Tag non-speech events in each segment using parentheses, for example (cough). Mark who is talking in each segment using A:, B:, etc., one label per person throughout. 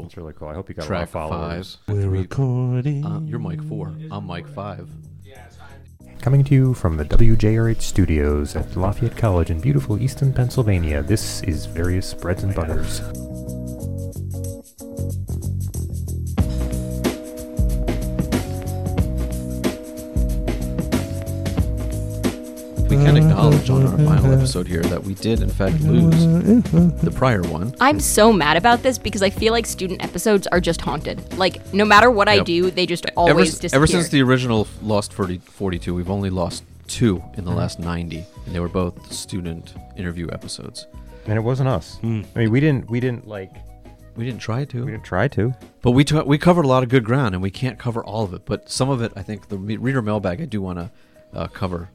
A: It's really cool. I hope you got
B: Track
A: a lot of followers.
B: five.
C: We're
B: We-
C: recording.
B: uh, you're mic four. I'm mic five.
A: Coming to you from the WJRH studios at Lafayette College in beautiful Easton, Pennsylvania, this is Various Breads and Butters.
B: We can acknowledge on our final episode here that we did in fact lose the prior one.
D: I'm so mad about this because I feel like student episodes are just haunted. Like no matter what I
B: Yep.
D: do, they just
B: Ever,
D: always
B: s-
D: disappear.
B: ever since the original f- Lost 40, 42, we've only lost two in the last 90, and they were both student interview episodes.
A: And it wasn't us. I mean, we didn't. We didn't like.
B: We didn't try
A: We
B: to,
A: didn't try to.
B: but we t- we covered a lot of good ground, and we can't cover all of it. But some of it, I think, the re- reader mailbag, I do want to uh, cover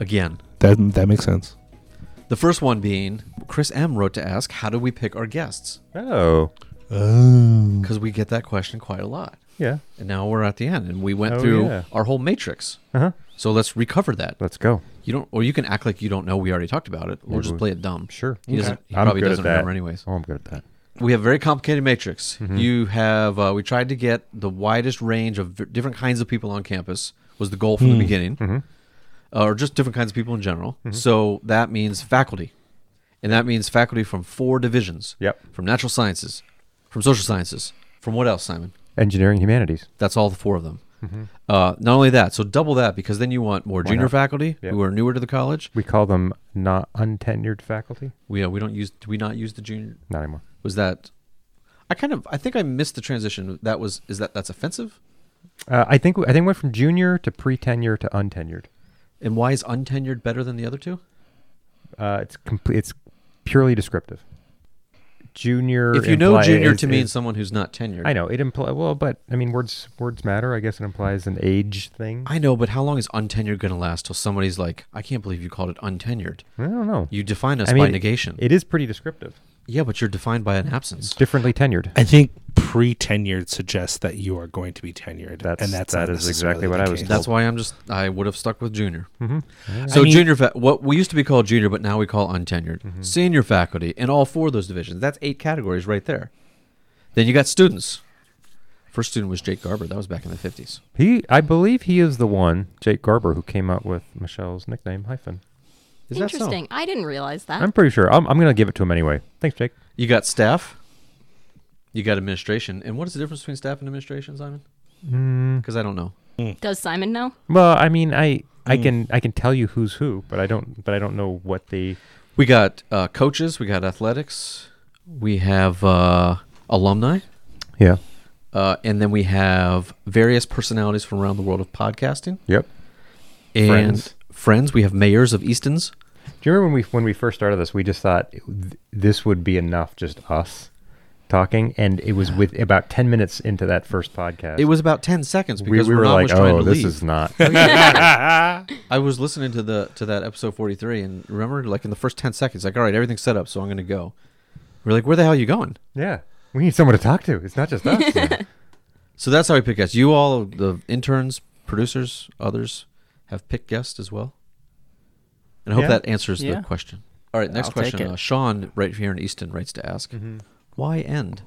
B: again.
C: That that makes sense.
B: The first one being Chris M wrote to ask, "How do we pick our guests?"
A: Oh,
C: Oh.
B: Because we get that question quite a lot.
A: yeah.
B: And now we're at the end, and we went
A: Oh,
B: through
A: yeah.
B: our whole matrix.
A: Uh huh.
B: So let's recover that.
A: Let's go.
B: You don't, or you can act like you don't know. We already talked about it, or just play it dumb.
A: Mm-hmm. Sure.
B: He, doesn't, he
A: I'm
B: probably
A: good at
B: doesn't
A: that. Mm-hmm.
B: remember anyways.
A: Oh, I'm good at that.
B: We have a very complicated matrix. You have. Uh, we tried to get the widest range of v- different kinds of people on campus. Was the goal from
A: Mm.
B: the beginning,
A: Mm-hmm.
B: Uh, or just different kinds of people in general. So that means faculty, and that means faculty from four divisions.
A: Yep.
B: From natural sciences, from social sciences, from what else, Simon?
A: Engineering humanities.
B: That's all the four of them. Uh, not only that, so double that because then you want more junior
A: Mm-hmm. not?
B: faculty
A: Yeah.
B: who are newer to the college.
A: We call them not untenured faculty.
B: We uh, we don't use do we not use the junior?
A: Not anymore.
B: Was that? I kind of I think I missed the transition. That was is that that's offensive?
A: Uh, I think. I think we went from junior to pre-tenure to untenured.
B: And why is untenured better than the other two?
A: Uh, it's complete. It's purely descriptive. Junior.
B: If you know
A: impli-
B: junior
A: is-
B: to mean
A: is-
B: someone who's not tenured,
A: I know it implies. Well, but I mean, words words matter. I guess it implies an age thing. I,
B: I know, but how long is untenured going to last till somebody's like, I can't believe you called it untenured.
A: don't know.
B: You define us
A: I
B: by
A: mean,
B: negation.
A: It is pretty descriptive.
B: yeah, but you're defined by an absence.
A: Differently tenured.
C: I think pre-tenured suggests that you are going to be tenured,
A: That's-
C: and that's
A: that
C: not
A: is
C: necessarily
A: exactly what
C: the
A: I was
C: case.
B: That's why I'm just I would have stuck with junior. Mm-hmm.
C: I
B: So
C: mean- Mm-hmm.
B: junior, fa- what we used to be called junior, but now we call untenured senior faculty in all four of those divisions. That's eight categories right there. Then you got students. First student was Jake Garber. That was back in the fifties.
A: He, I believe, he is the one, Jake Garber, who came up with Michelle's nickname hyphen.
B: Is that so?
D: Interesting. I didn't realize
B: Ah.
D: that.
A: I'm pretty sure. I'm, I'm gonna give it to him anyway. Thanks, Jake.
B: You got staff. You got administration. And what is the difference between staff and administration, Simon?
C: Mm.
B: Because I don't know.
D: Does Simon know?
A: Well, I mean, I,
B: Mm.
A: I can, I can tell you who's who, but I don't, but I don't know what the.
B: We got uh, coaches. We got athletics. We have uh, alumni.
A: Yeah.
B: Uh, and then we have various personalities from around the world of podcasting.
A: Yep.
B: and
A: Friends.
B: friends. We have mayors of Easton's.
A: Do you remember when we when we first started this? We just thought th- this would be enough, just us talking, and it was with about ten minutes into that first podcast.
B: It was about ten seconds
A: we,
B: because
A: we were
B: Ron
A: like,
B: was trying
A: oh,
B: to
A: this
B: leave.
A: is
B: (laughs)
A: not.
B: I was listening to the to that episode forty three, and remember, like in the first ten seconds, like, all right, everything's set up, so I'm going to go. We're like, where the hell are you going?
A: yeah, we need someone to talk to. It's not just
B: (laughs)
A: us.
B: So that's how we pick guests. You all, the interns, producers, others, have picked guests as well. And I hope
A: Yeah.
B: that answers
E: Yeah.
B: the question. All right, next
E: I'll take
B: question.
E: it.
B: Uh, Sean, right here in Easton, writes to ask, why end? Mm-hmm.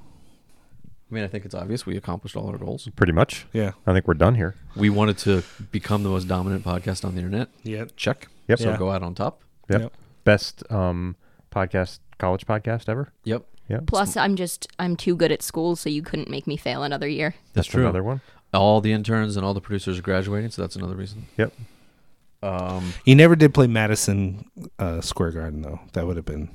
B: I mean, I think it's obvious. We accomplished all our goals.
A: Pretty much.
C: Yeah.
A: I think we're done here.
B: We wanted to become the most dominant podcast on the internet.
C: Yeah.
B: Check.
A: Yep.
B: So
C: Yeah.
B: go out on top.
A: Yep.
C: Yep.
A: Best um, podcast, college podcast ever.
B: Yep.
A: Yeah.
D: Plus, I'm just I'm too good at school, so you couldn't make me fail another year.
B: That's true.
A: Another one.
B: All the interns and all the producers are graduating, so that's another reason.
A: Yep.
B: Um,
C: He never did play Madison uh, Square Garden though. That would have been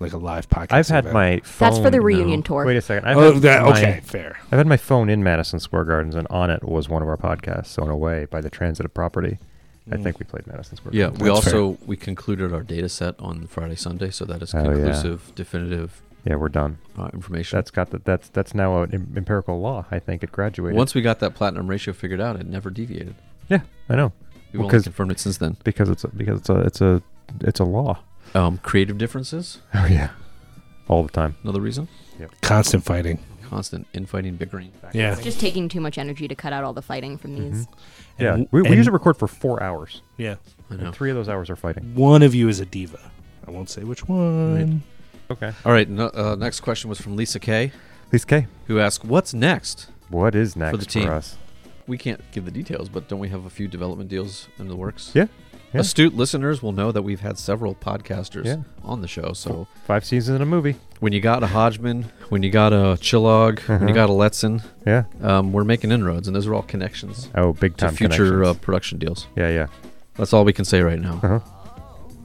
C: like a live podcast.
A: I've had
C: event.
A: my phone.
D: That's for the reunion tour.
A: Wait a second. I've
C: Oh,
A: had
C: that,
A: my-
C: okay, fair.
A: I've had my phone in Madison Square Gardens, and on it was one of our podcasts. So in a way, by the transitive property, I think we played Madison Square.
B: Mm. yeah.
A: Gardens.
B: We
C: That's
B: also we concluded our data set on Friday, Sunday, so that is
A: Oh, yeah.
B: conclusive, definitive
A: yeah, we're done.
B: uh, information.
A: That's got the, that's that's now an em- empirical law. I think it graduated.
B: Once we got that platinum ratio figured out, it never deviated.
A: yeah, I know
B: We've only
A: Because-
B: confirmed it since then.
A: because it's a, because it's a it's a it's a
B: (laughs)
A: law.
B: Um, creative differences,
A: Oh yeah, all the time.
B: another reason.
C: Constant fighting.
B: Constant infighting, bickering.
C: Yeah.
D: It's just taking too much energy to cut out all the fighting from these.
B: Mm-hmm.
A: Yeah,
C: And-
A: we, we
C: and-
A: usually record for four hours.
C: Yeah.
B: I
A: And
B: know.
A: three of those hours are fighting.
C: One of you is a diva. I won't say which one.
A: Okay.
B: All right. No, uh, next question was from Lisa Kay.
A: Lisa K,
B: who asked, "What's next?"
A: what is next
B: the team.
A: us?
B: We can't give the details, but don't we have a few development deals in the works?
A: Yeah. Yeah.
B: Astute listeners will know that we've had several podcasters
A: Yeah.
B: on the show. So
A: Five seasons in a movie.
B: when you got a Hodgman, when you got a Chillog, when you
A: Mhm.
B: got a Letson,
A: Yeah.
B: um, we're making inroads, and those are all connections
A: Oh, big
B: to
A: time
B: future uh,
A: connections.
B: production deals.
A: yeah, yeah.
B: That's all we can say right now.
A: Uh-huh. (laughs)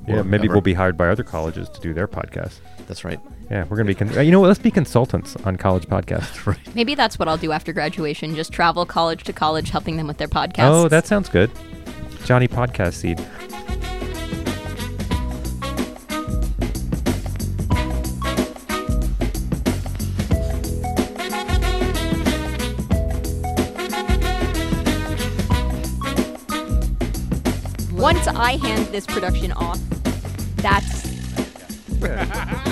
A: Yeah,
B: Or
A: maybe
B: ever.
A: we'll be hired by other colleges to do their podcasts.
B: That's right.
A: Yeah, we're gonna be. Con- you know what? Let's be consultants on college podcasts. right.
D: Maybe that's what I'll do after graduation. Just travel college to college, helping them with their podcasts.
A: Oh, that sounds good. Johnny Podcast Seed.
D: Once I hand this production off,
B: (laughs)
D: that's.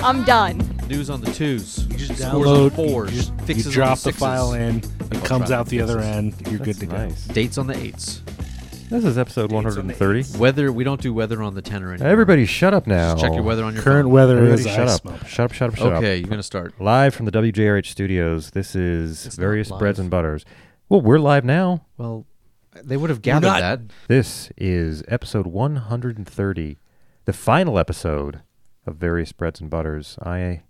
D: I'm done.
B: News on the twos. You just
C: Download,
B: fours.
C: you, just- you
B: fixes on
C: drop the
B: sixes,
C: file in, it comes
B: drop
C: out the other end, you're good to
A: nice.
B: Dates on the eights.
A: This is episode
C: Dates on the
A: 130.
C: eights.
B: Weather. We don't do weather on the ten or anything.
A: Everybody, shut up now.
B: Just check your weather on
C: go.
B: your
C: Current
B: phone.
C: weather
A: Everybody,
C: is
A: shut
C: ice
A: up.
C: melt.
A: Shut up. Shut up. Shut
B: Okay,
A: up.
B: you're gonna start.
A: Live from the WJRH studios. This is
B: It's not
A: various
B: live.
A: breads and butters. Well, we're live now.
B: Well, they would have gathered
C: not-
B: that.
A: This is episode 130, the final episode of Various Breads and Butters. I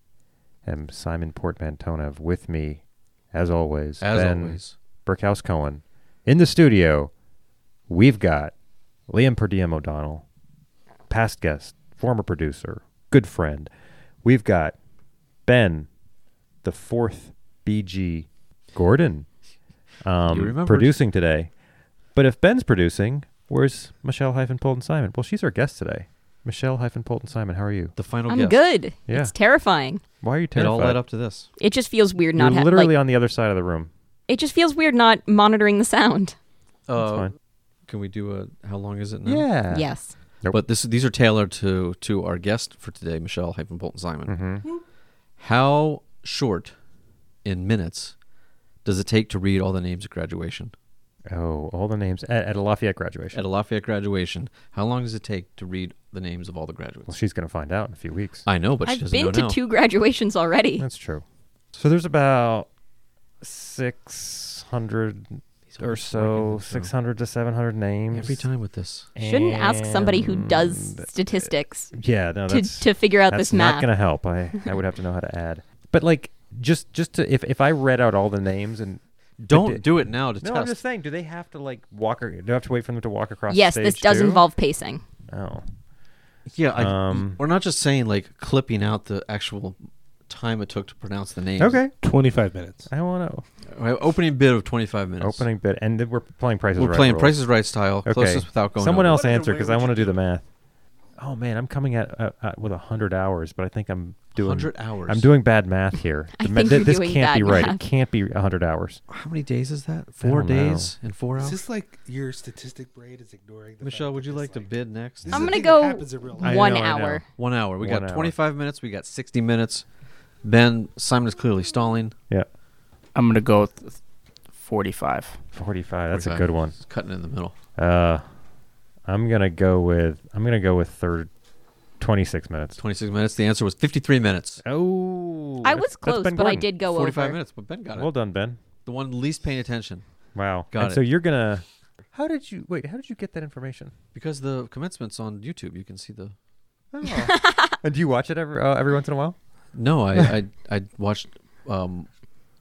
A: am Simon Portmantonov. With me, as always,
B: As
A: Ben
B: always,
A: Brickhouse Cohen. In the studio, we've got Liam Per Diem O'Donnell, past guest, former producer, good friend. We've got Ben, the fourth BG Gordon,
B: You
A: um,
B: remembered.
A: producing today. But if Ben's producing, where's Michelle hyphen Polton Simon? Well, she's our guest today. Michelle hyphen Polton Simon, how are you?
B: the final
D: I'm
B: guess.
D: good.
A: Yeah.
D: It's terrifying.
A: Why are you
B: It
A: terrified?
B: all led up to this.
D: It just feels weird
A: You're
D: not ha-
A: literally
D: like,
A: on the other side of the room.
D: It just feels weird not monitoring the sound.
A: It's
B: Uh,
A: fine.
B: can we do a? How long is it now?
A: (laughs) Yeah.
D: Yes.
A: Nope.
B: But this these are tailored to to our guest for today, Michelle Hyphen Bolton Simon.
A: Mm-hmm.
B: How short in minutes does it take to read all the names at graduation?
A: Oh, all the names at, at a Lafayette graduation.
B: At a Lafayette graduation, how long does it take to read the names of all the graduates?
A: Well, she's going to find out in a few weeks.
B: I know, but she
D: I've
B: doesn't
D: been
B: know
D: to
B: now.
D: two graduations
B: (laughs)
D: already.
A: That's true. So there's about 600
B: He's
A: or
B: always
A: so,
B: breaking the show.
A: 600 to 700 names.
B: Every time with this.
D: Shouldn't ask somebody who does
A: And-
D: statistics
A: Yeah, no,
D: to,
A: that's,
D: to figure out
A: that's
D: this
A: not
D: math.
A: going to help.
D: (laughs)
A: I, I would have to know how to add. But like, just just to if, if I read out all the names and
B: Don't
A: di-
B: do it now to
A: no,
B: test.
A: I'm just saying, do they have to like walk? Or, do I have to wait for them to walk across?
D: Yes,
A: the
D: this
A: stage
D: does
A: too?
D: involve pacing.
A: Oh,
B: yeah, I,
A: Um,
B: we're not just saying like clipping out the actual time it took to pronounce the names.
A: okay.
C: 25 minutes.
A: I want to
B: We have opening bid of 25 minutes.
A: opening bit, and then we're playing prices.
B: We're
A: right
B: playing
A: rules.
B: Price is Right style,
A: Okay.
B: closest without going.
A: Someone
B: over.
A: else
C: What other
A: answer
C: way
A: because
C: would
A: I
C: you
A: want to do
C: do
A: the math. Oh man, I'm coming at uh, uh, with hundred hours, but I think I'm doing
B: 100 hours.
A: I'm doing bad math here.
D: (laughs) I
A: The ma-
D: think
A: thi-
D: you're
A: this
D: doing
A: can't be
D: bad
A: right.
D: math.
A: It can't be hundred hours.
B: How many days is that? Four
A: don't know.
B: days and four
E: Is
B: hours.
E: this like your statistic braid is ignoring the
B: Michelle,
E: fact
B: would
E: that
B: you
E: this,
B: like to bid next?
E: this
D: I'm
E: is a
D: gonna
E: thing
D: go
E: that happens in real
A: I
E: life.
D: one
A: know, I know.
D: hour.
B: One hour. We
A: One
B: got
A: hour.
B: 25 minutes. We got 60 minutes. Ben Simon is clearly stalling.
A: Yeah,
F: I'm gonna go with 45.
A: forty-five. That's a
B: 45.
A: good one.
B: It's cutting in the middle.
A: Uh, I'm gonna go with I'm gonna go with third, twenty-six minutes.
B: 26 minutes. The answer was 53 minutes.
A: Oh,
D: I
A: that's-
D: was
A: that's
D: close,
A: Ben
D: but I
A: Gordon.
D: did go
B: 45
D: over.
B: minutes, but Ben got
A: Well
B: it.
A: done, Ben.
B: The one least paying attention
A: Wow.
B: Got
A: and So
B: it.
A: you're gonna. How did you wait? How did you get that information? (laughs)
B: because the commencement's on YouTube. You can see the.
A: Oh.
D: (laughs)
A: and do you watch it every uh, every once in a while?
B: No, I
A: (laughs)
B: I, I watched. Um,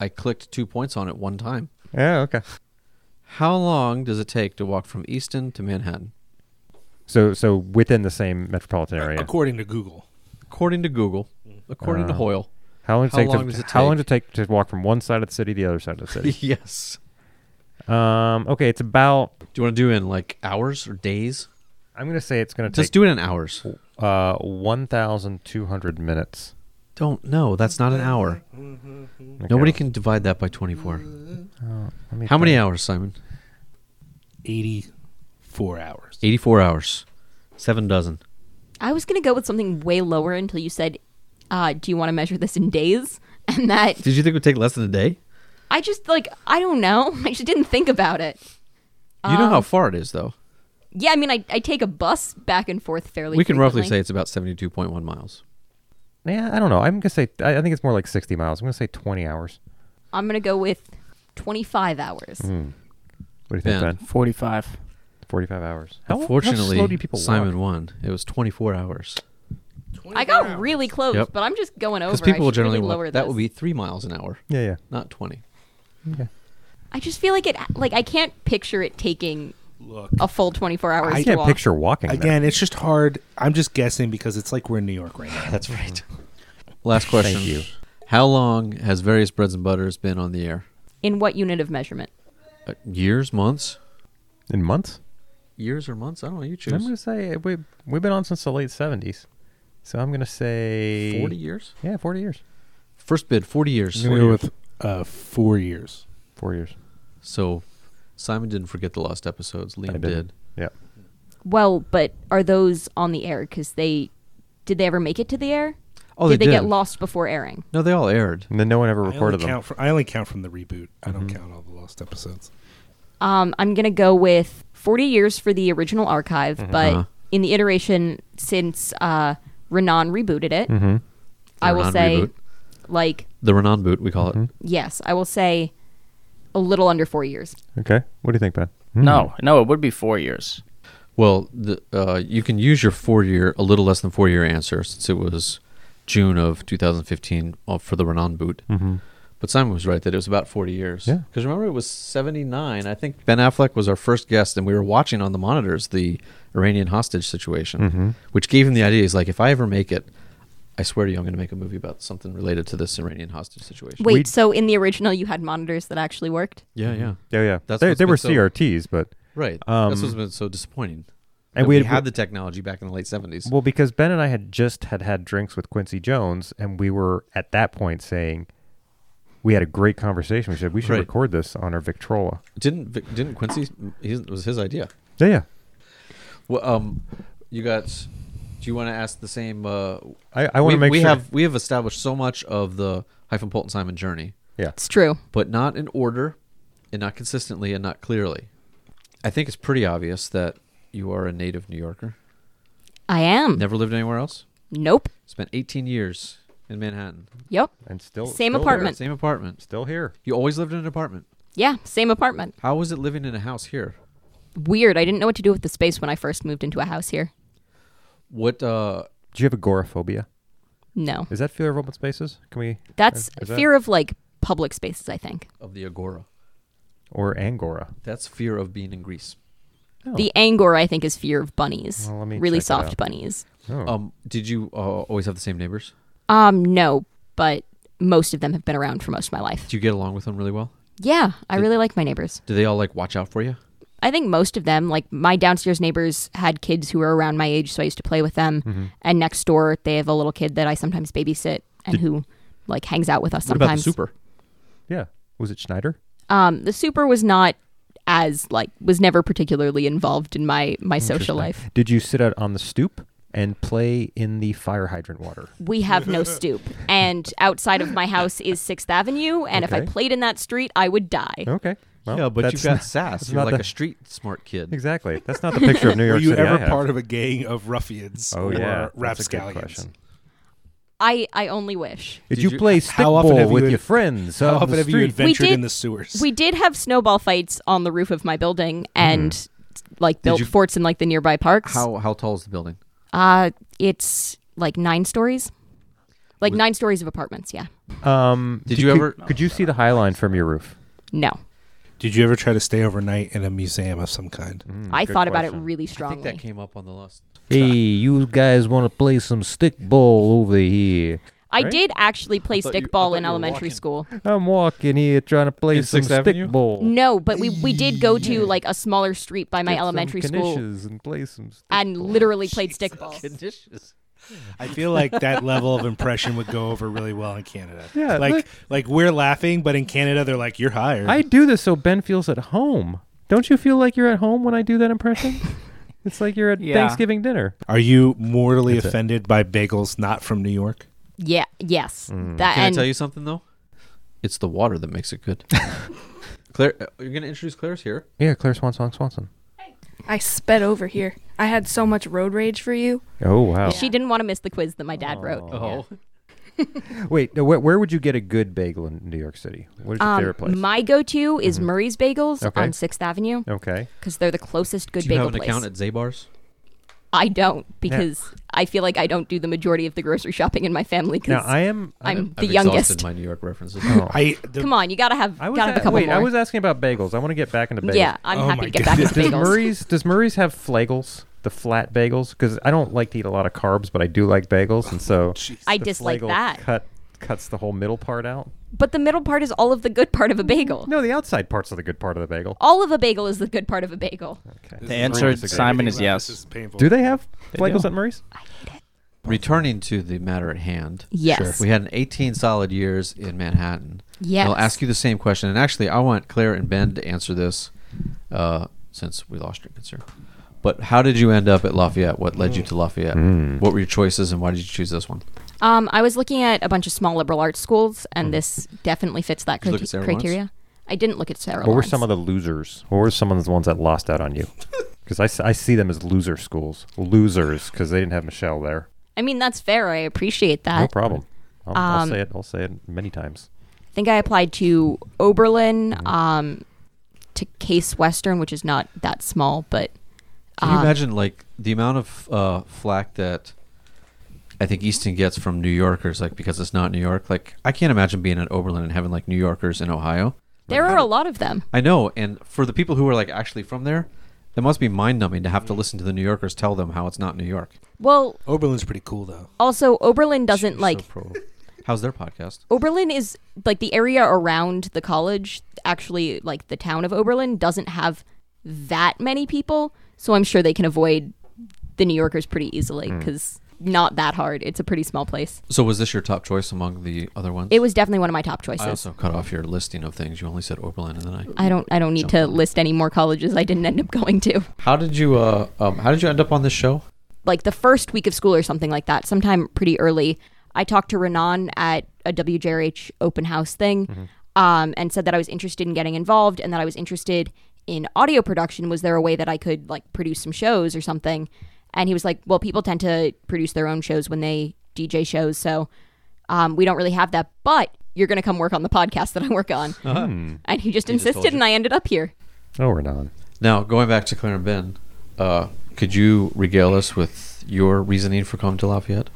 B: I clicked two points on it one time.
A: Yeah. Okay.
B: How long does it take to walk from Easton to Manhattan?
A: So so within the same metropolitan area.
C: According to Google.
B: According to Google, according to
A: Uh,
B: Hoyle.
A: How long, does
B: How
A: it take
B: long
A: to,
B: does it
A: How long does
B: take?
A: it take to walk from one side of the city to the other side of the
B: (laughs)
A: city?
B: yes.
A: um, okay, it's about.
B: Do you want to do it in like hours or days?
A: I'm gonna say it's gonna take
B: Just do it in hours.
A: uh 1,200 minutes.
B: Don't no, that's not an hour.
A: Okay,
B: Mm.
A: Oh,
B: Nobody can divide that by 24.
A: let me
B: How many
A: think.
B: hours, Simon?
C: 84 hours.
B: 84 hours. 7 dozen.
D: I was going to go with something way lower until you said, uh, do you want to measure this in days? (laughs) And that
B: Did you think it would take less than a day?
D: I just like I don't know. (laughs) I just didn't think about it.
B: You know how far it is though.
D: Yeah, I mean, I, I take a bus back and forth fairly.
B: We can roughly say
D: frequently.
B: it's about 72.1 miles.
A: Yeah, I don't know. I'm gonna say. I, I think it's more like 60 miles. I'm gonna say 20 hours.
D: I'm gonna go with 25 hours.
A: What do you think, Ben?
B: Ben.
F: 45.
B: Hmm.
A: 45 hours. How, how
B: Unfortunately,
A: slow do people walk?
B: Simon won. It was 24 hours.
D: I got really close,
B: Yep.
D: but I'm just going over.
B: Because people
D: I
B: will
D: should
B: generally
D: really
B: walk.
D: lower
B: That
D: this.
B: would be three miles an hour,
A: Yeah, yeah.
B: not 20.
D: I just feel like it. Like I can't picture it taking a full 24 hours.
A: I
D: to
A: can't
D: walk.
A: picture walking there.
C: Again, it's just hard. I'm just guessing because it's like we're in New York right
B: (laughs)
C: now.
B: That's right. Last question.
A: Thank you.
B: How long has various breads and butters been on the air?
D: in what unit of measurement.
B: Uh, years, months,
A: In months?
B: years or months? I don't know. You
A: I'm
B: choose.
A: going to say we, we've been on since the late 70s. So I'm going to say.
B: 40 years.
A: Yeah, 40 years.
B: First bid, 40 years.
C: I'm gonna go with uh, four years.
A: Four years.
B: So Simon didn't forget the lost episodes. Liam
A: didn't.
B: did.
A: Yeah.
D: Well, but are those on the air? Because they did they ever make it to the air?
B: Oh,
D: did
B: they
D: they, get
B: did.
D: lost before airing?
B: No, they all aired.
A: And then no one ever
C: I only,
A: recorded them.
C: count from, I only count from the reboot. I don't
B: Mm-hmm.
C: count all the lost episodes.
D: Um, I'm gonna go with 40 years for the original archive, but
B: Uh-huh.
D: in the iteration since uh, Renan rebooted it, I will
B: Mm-hmm. Renan
D: say,
B: reboot.
D: like,
B: The Renan boot, we call
A: Mm-hmm.
B: it.
D: yes, I will say a little under four years.
A: Okay. What do you think, Ben? Hmm.
F: No, no, it would be four years.
B: Well, the, uh, you can use your four year, a little less than four year answer since it was June of 2015 of- uh, for the Renan boot. Mm-hmm. But Simon was right that it was about 40 years.
A: Yeah.
B: Because remember, it was 79. I think Ben Affleck was our first guest, and we were watching on the monitors the Iranian hostage situation,
A: Mm-hmm.
B: which gave him the idea. He's like, if I ever make it, I swear to you, I'm going to make a movie about something related to this Iranian hostage situation.
D: Wait, so in the original, you had monitors that actually worked?
B: Yeah, yeah.
A: Yeah, yeah.
B: That's
A: they
B: what's
A: they
B: been
A: were
B: so-
A: CRTs, but.
B: Right. That's what's been so disappointing.
A: And
B: that
A: we
B: we
A: had-
B: had, the technology back in the late 70s.
A: Well, because Ben and I had just had had drinks with Quincy Jones, and we were at that point saying we had a great conversation. We said we should
B: Right.
A: record this on our Victrola.
B: Didn't Vic- didn't Quincy? His, it was his idea.
A: Yeah, yeah.
B: Well, um, you got. Do you want to ask the same? Uh,
A: I, I want
B: we,
A: to make
B: we
A: sure.
B: have we have established so much of the hyphen Polton Simon journey,
A: yeah.
D: It's true.
B: but not in order, and not consistently, and not clearly. I think it's pretty obvious that you are a native New Yorker.
D: I am.
B: Never lived anywhere else.
D: Nope.
B: Spent 18 years in Manhattan.
D: Yep.
A: And still
D: Same
A: still
D: apartment.
B: Same apartment.
A: here. Still here.
B: You always lived in an apartment.
D: Yeah, same apartment.
B: How was it living in a house here?
D: Weird. I didn't know what to do with the space when I first moved into a house here.
B: What? Uh,
A: Do you have agoraphobia?
D: No.
A: Is that fear of open spaces? Can we
D: That's
A: is that-
D: fear of like public spaces, I think.
B: of the agora.
A: or angora?
B: That's fear of being in Greece.
D: The angor, I think, is fear of bunnies.
A: Oh. Well, let me
D: really
A: check that
D: soft
A: out.
D: bunnies.
A: Oh.
B: Um, did you uh, always have the same neighbors?
D: Um, no, but most of them have been around for most of my life.
B: Do you get along with them really well?
D: Yeah, I really like my neighbors.
B: Do they all like watch out for you?
D: I think most of them, like my downstairs neighbors, had kids who were around my age, so I used to play with them.
B: Mm-hmm.
D: And next door, they have a little kid that I sometimes babysit and who like hangs out with us
B: What about the
D: sometimes.
B: super?
A: yeah. Was it Schneider?
D: Um, the super was not as like was never particularly involved in my my
A: Interesting.
D: social life.
A: Did you sit out on the stoop and play in the fire hydrant water?
D: We
B: (laughs)
D: have no stoop, and outside of my house is Sixth Avenue, and if I
A: Okay.
D: played in that street, I would die.
B: Oh.
A: Okay. Well, that's not-
B: (laughs) sass.
A: that's
B: You're
A: not
B: like
A: the-
B: a street smart kid.
A: Exactly. That's not the picture of New York
C: (laughs) Were you
A: City.
C: ever
A: I have.
C: part of a gang of ruffians
A: Oh
C: or
A: yeah. That's a good
C: rapscallions?
A: question.
D: I I only wish.
A: Did,
B: Did
A: you,
B: you-
A: play
C: How often have
A: stickball
C: you
A: with
C: ad-
A: your friends?
C: How
A: out on
C: often
A: the
C: have you
A: street?
C: adventured
D: did-
C: in the sewers?
D: We did have snowball fights on the roof of my building and like built
B: Mm-hmm. you-
D: forts in like the nearby parks.
B: How how tall is the building?
D: Uh, it's like nine stories, like nine stories of apartments. Yeah.
A: Um,
B: Did you
A: could-
B: ever-
A: Could you see the High Line from your roof?
D: No,
C: Did you ever try to stay overnight in a museum of some kind?
D: I
A: good
D: thought about it
A: question.
B: Hmm,
D: really
B: I think
D: strongly.
B: that came up on the list. (laughs)
A: Hey, you guys want to play some stickball over here?
D: I
A: right?
D: did actually play
B: thought you- I
D: stickball
B: thought
D: in
B: you were
D: elementary
B: walking. Oh.
D: school.
A: I'm walking here trying to play
B: In
A: some
B: Sixth Avenue?
A: stickball.
D: No, but we we did go to like a smaller street by my elementary school
A: and play some.
D: and literally played stickball.
B: Conditions.
C: I feel like that level of impression would go over really well in Canada.
A: Yeah,
C: like
A: look-
C: like we're laughing, but in Canada they're like, "You're hired."
A: I do this so Ben feels at home. Don't you feel like you're at home when I do that
D: (laughs)
A: impression? it's like you're at
F: Yeah.
A: Thanksgiving dinner.
C: Are you mortally offended by bagels not from New York?
D: Yeah. Yes. That
B: Hmm. Can I
D: and
B: tell you something though? It's the water that makes it good. Claire, uh, you're gonna introduce Claire's here.
A: Yeah, Claire Swanson Swanson.
G: I sped over here. I had so much road rage for you.
A: Oh wow.
D: she didn't want to miss the quiz that my dad wrote.
B: Oh,
A: Wait, no, where, where would you get a good bagel in New York City? What is your favorite place?
D: Um, My go-to is
B: Mm-hmm.
D: Murray's Bagels
A: Okay.
D: on Sixth Avenue
A: okay.
D: because they're the closest good
B: Do you
D: bagel
B: have an
D: place.
B: account at Zabar's?
D: I don't because I feel like I don't do the majority of the grocery shopping in my family
A: Now
D: because
A: I am. I,
D: I'm the
B: I've
D: youngest.
B: exhausted my New York references. Oh.
C: I the,
D: Come on, you gotta have
A: I was
D: gotta have a
A: a-
D: couple
A: wait,
D: more.
A: I was asking about bagels. I want to get back into bagels.
D: yeah, I'm
C: Oh
D: happy
C: my
D: to get
C: God.
D: back into
A: Does
D: bagels.
A: Murray's does Murray's have flagels? The flat bagels? Because I don't like to eat a lot of carbs, but I do like bagels, and so
D: I
A: the
D: dislike
A: flagel
D: that.
A: Cut cuts the whole middle part out.
D: But the middle part is all of the good part of a bagel.
A: No, the outside parts are the good part of the bagel.
D: All of a bagel is the good part of a bagel.
A: Okay.
F: The answer,
C: Everything
F: Simon, is
C: about this
F: yes.
C: painful.
A: Do they have
F: They
A: flagels
F: do.
A: at Murray's?
B: Returning to the matter at hand.
D: Yes.
B: We had an 18 solid years in Manhattan.
D: Yes.
B: I'll ask you the same question. And actually, I want Claire and Ben to answer this uh, since we lost your answer. But how did you end up at Lafayette? What led you to Lafayette? What were your choices and why did you choose this one?
D: Um, I was looking at a bunch of small liberal arts schools, and
A: Mm.
D: this definitely fits that
B: Did you look
D: crite-
B: at Sarah Lawrence?
D: criteria. I didn't look at Sarah.
A: What were
D: Lawrence.
A: some of the losers? What were some of the ones that lost out on you? Because I, s- I see them as loser schools, losers, because they didn't have Michelle there.
D: I mean, that's fair. I appreciate that.
A: No problem. I'll, I'll
D: Uh, Um,
A: say it. I'll say it many times.
D: I think I applied to Oberlin,
A: Mm-hmm.
D: um, to Case Western, which is not that small, but
B: Can you
D: Um,
B: imagine like the amount of uh, flack that I think Easton gets from New Yorkers, like because it's not New York. Like I can't imagine being at Oberlin and having like New Yorkers in Ohio.
D: there are a lot of them.
B: I know, and for the people who are like actually from there, it must be mind numbing to have to listen to the New Yorkers tell them how it's not New York.
D: Well,
E: Oberlin's pretty cool though.
D: also Oberlin doesn't like
B: So pro- How's their podcast?
D: Oberlin is like the area around the college, actually like the town of Oberlin doesn't have that many people, so I'm sure they can avoid the New Yorkers pretty easily
B: Mm.
D: cuz not that hard. It's a pretty small place.
B: So was this your top choice among the other ones?
D: It was definitely one of my top choices.
B: I also cut off your listing of things. You only said Oberlin, and then I.
D: I don't I don't need to
B: Jump on.
D: list any more colleges I didn't end up going to.
B: How did you? Uh, um, how did you end up on this show?
D: Like the first week of school or something like that, sometime pretty early. I talked to Renan at a WJRH open house thing um, and said that I was interested in getting involved and that I was interested in audio production. Was there a way that I could like produce some shows or something? And he was like, Well, people tend to produce their own shows when they DJ shows. So um, we don't really have that, but you're going to come work on the podcast that I work on. And he
B: just
D: just
B: told
D: insisted,
B: you.
D: and I ended up here.
A: Oh, we're not.
B: Now going back to Claire and Ben, uh, could you regale us with your reasoning for coming to Lafayette?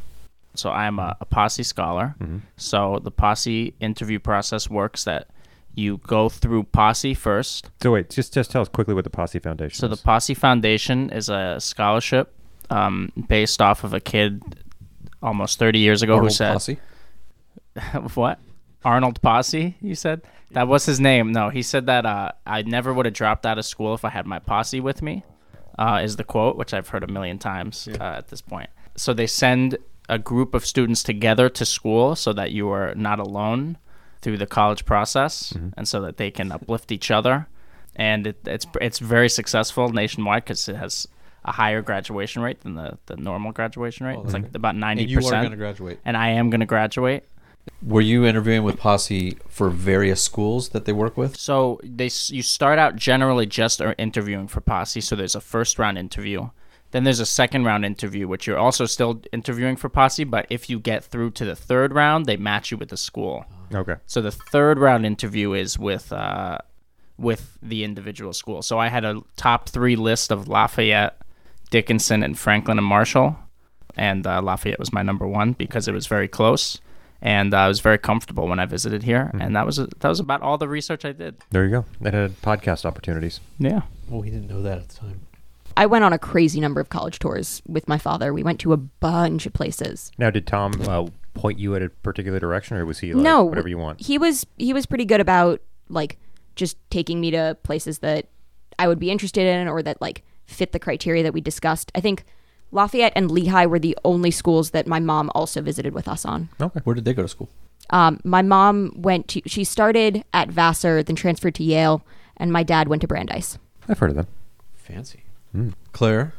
F: So I'm a, a posse scholar.
B: Mm-hmm.
F: So the posse interview process works that you go through posse first.
A: So wait, just just tell us quickly what the Posse Foundation.
F: So the
A: is.
F: Posse Foundation is a scholarship um, based off of a kid almost 30 years ago who
B: Arnold
F: said,
B: Posse?
F: (laughs) what? Arnold Posse, you said? That was his name. No, he said that uh, I never would have dropped out of school if I had my posse with me, uh, is the quote, which I've heard a million times uh, at this point. So they send a group of students together to school so that you are not alone through the college process
B: Mm-hmm.
F: and so that they can uplift each other. And it, it's, it's very successful nationwide because it has a higher graduation rate than the, the normal graduation rate. it's like about 90%.
B: Oh, And you are going to graduate.
F: and I am going to graduate.
B: Were you interviewing with Posse for various schools that they work with?
F: So they s- you start out generally just are interviewing for posse. So there's a first round interview, then there's a second round interview, which you're also still interviewing for posse. But if you get through to the third round, they match you with the school.
A: okay.
F: So the third round interview is with uh, with the individual school. So I had a top three list of Lafayette, Dickinson, and Franklin and Marshall, and uh, Lafayette was my number one because it was very close, and uh, I was very comfortable when I visited here, and that was that was about all the research I did.
A: There you go. It had podcast opportunities.
F: Yeah.
B: Well, we didn't know that at the time.
D: I went on a crazy number of college tours with my father. We went to a bunch of places.
A: Now, did Tom uh, point you at a particular direction, or was he like
D: no,
A: whatever you want?
D: He was he was pretty good about like just taking me to places that I would be interested in or that like fit the criteria that we discussed. I think Lafayette and Lehigh were the only schools that my mom also visited with us on.
A: Okay.
B: Where did they go to school?
D: Um, my mom went to she started at Vassar, then transferred to Yale, and my dad went to Brandeis.
A: I've heard of them.
B: Fancy. Claire,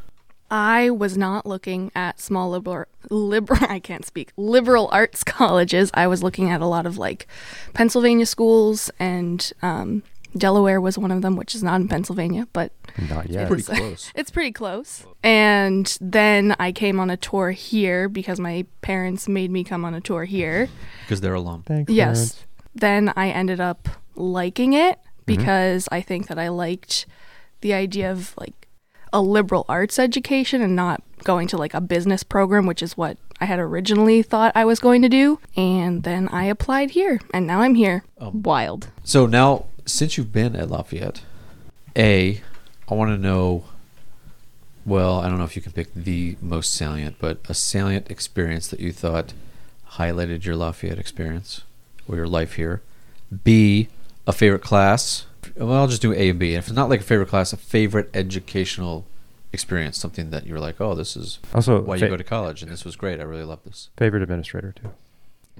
G: I was not looking at small liberal, liberal, (laughs) I can't speak, liberal (laughs) arts colleges. I was looking at a lot of like Pennsylvania schools and um, Delaware was one of them, which is not in Pennsylvania, but
A: Not yet.
B: Pretty
G: (laughs)
B: close.
G: it's pretty close. And then I came on a tour here because my parents made me come on a tour here.
B: Because they're alum.
A: Thanks.
G: Yes. Then I ended up liking it because I think that I liked the idea of like a liberal arts education and not going to like a business program, which is what I had originally thought I was going to do. And then I applied here and now I'm here.
B: Oh.
D: Wild.
B: So now, since you've been at Lafayette, A, I want to know. Well, I don't know if you can pick the most salient, but a salient experience that you thought highlighted your Lafayette experience or your life here. B, a favorite class. Well, I'll just do A and B. If it's not like a favorite class, a favorite educational experience, something that you were like, oh, this is
A: Also,
B: why
A: fa-
B: you go to college, and this was great. I really love this.
A: favorite administrator too.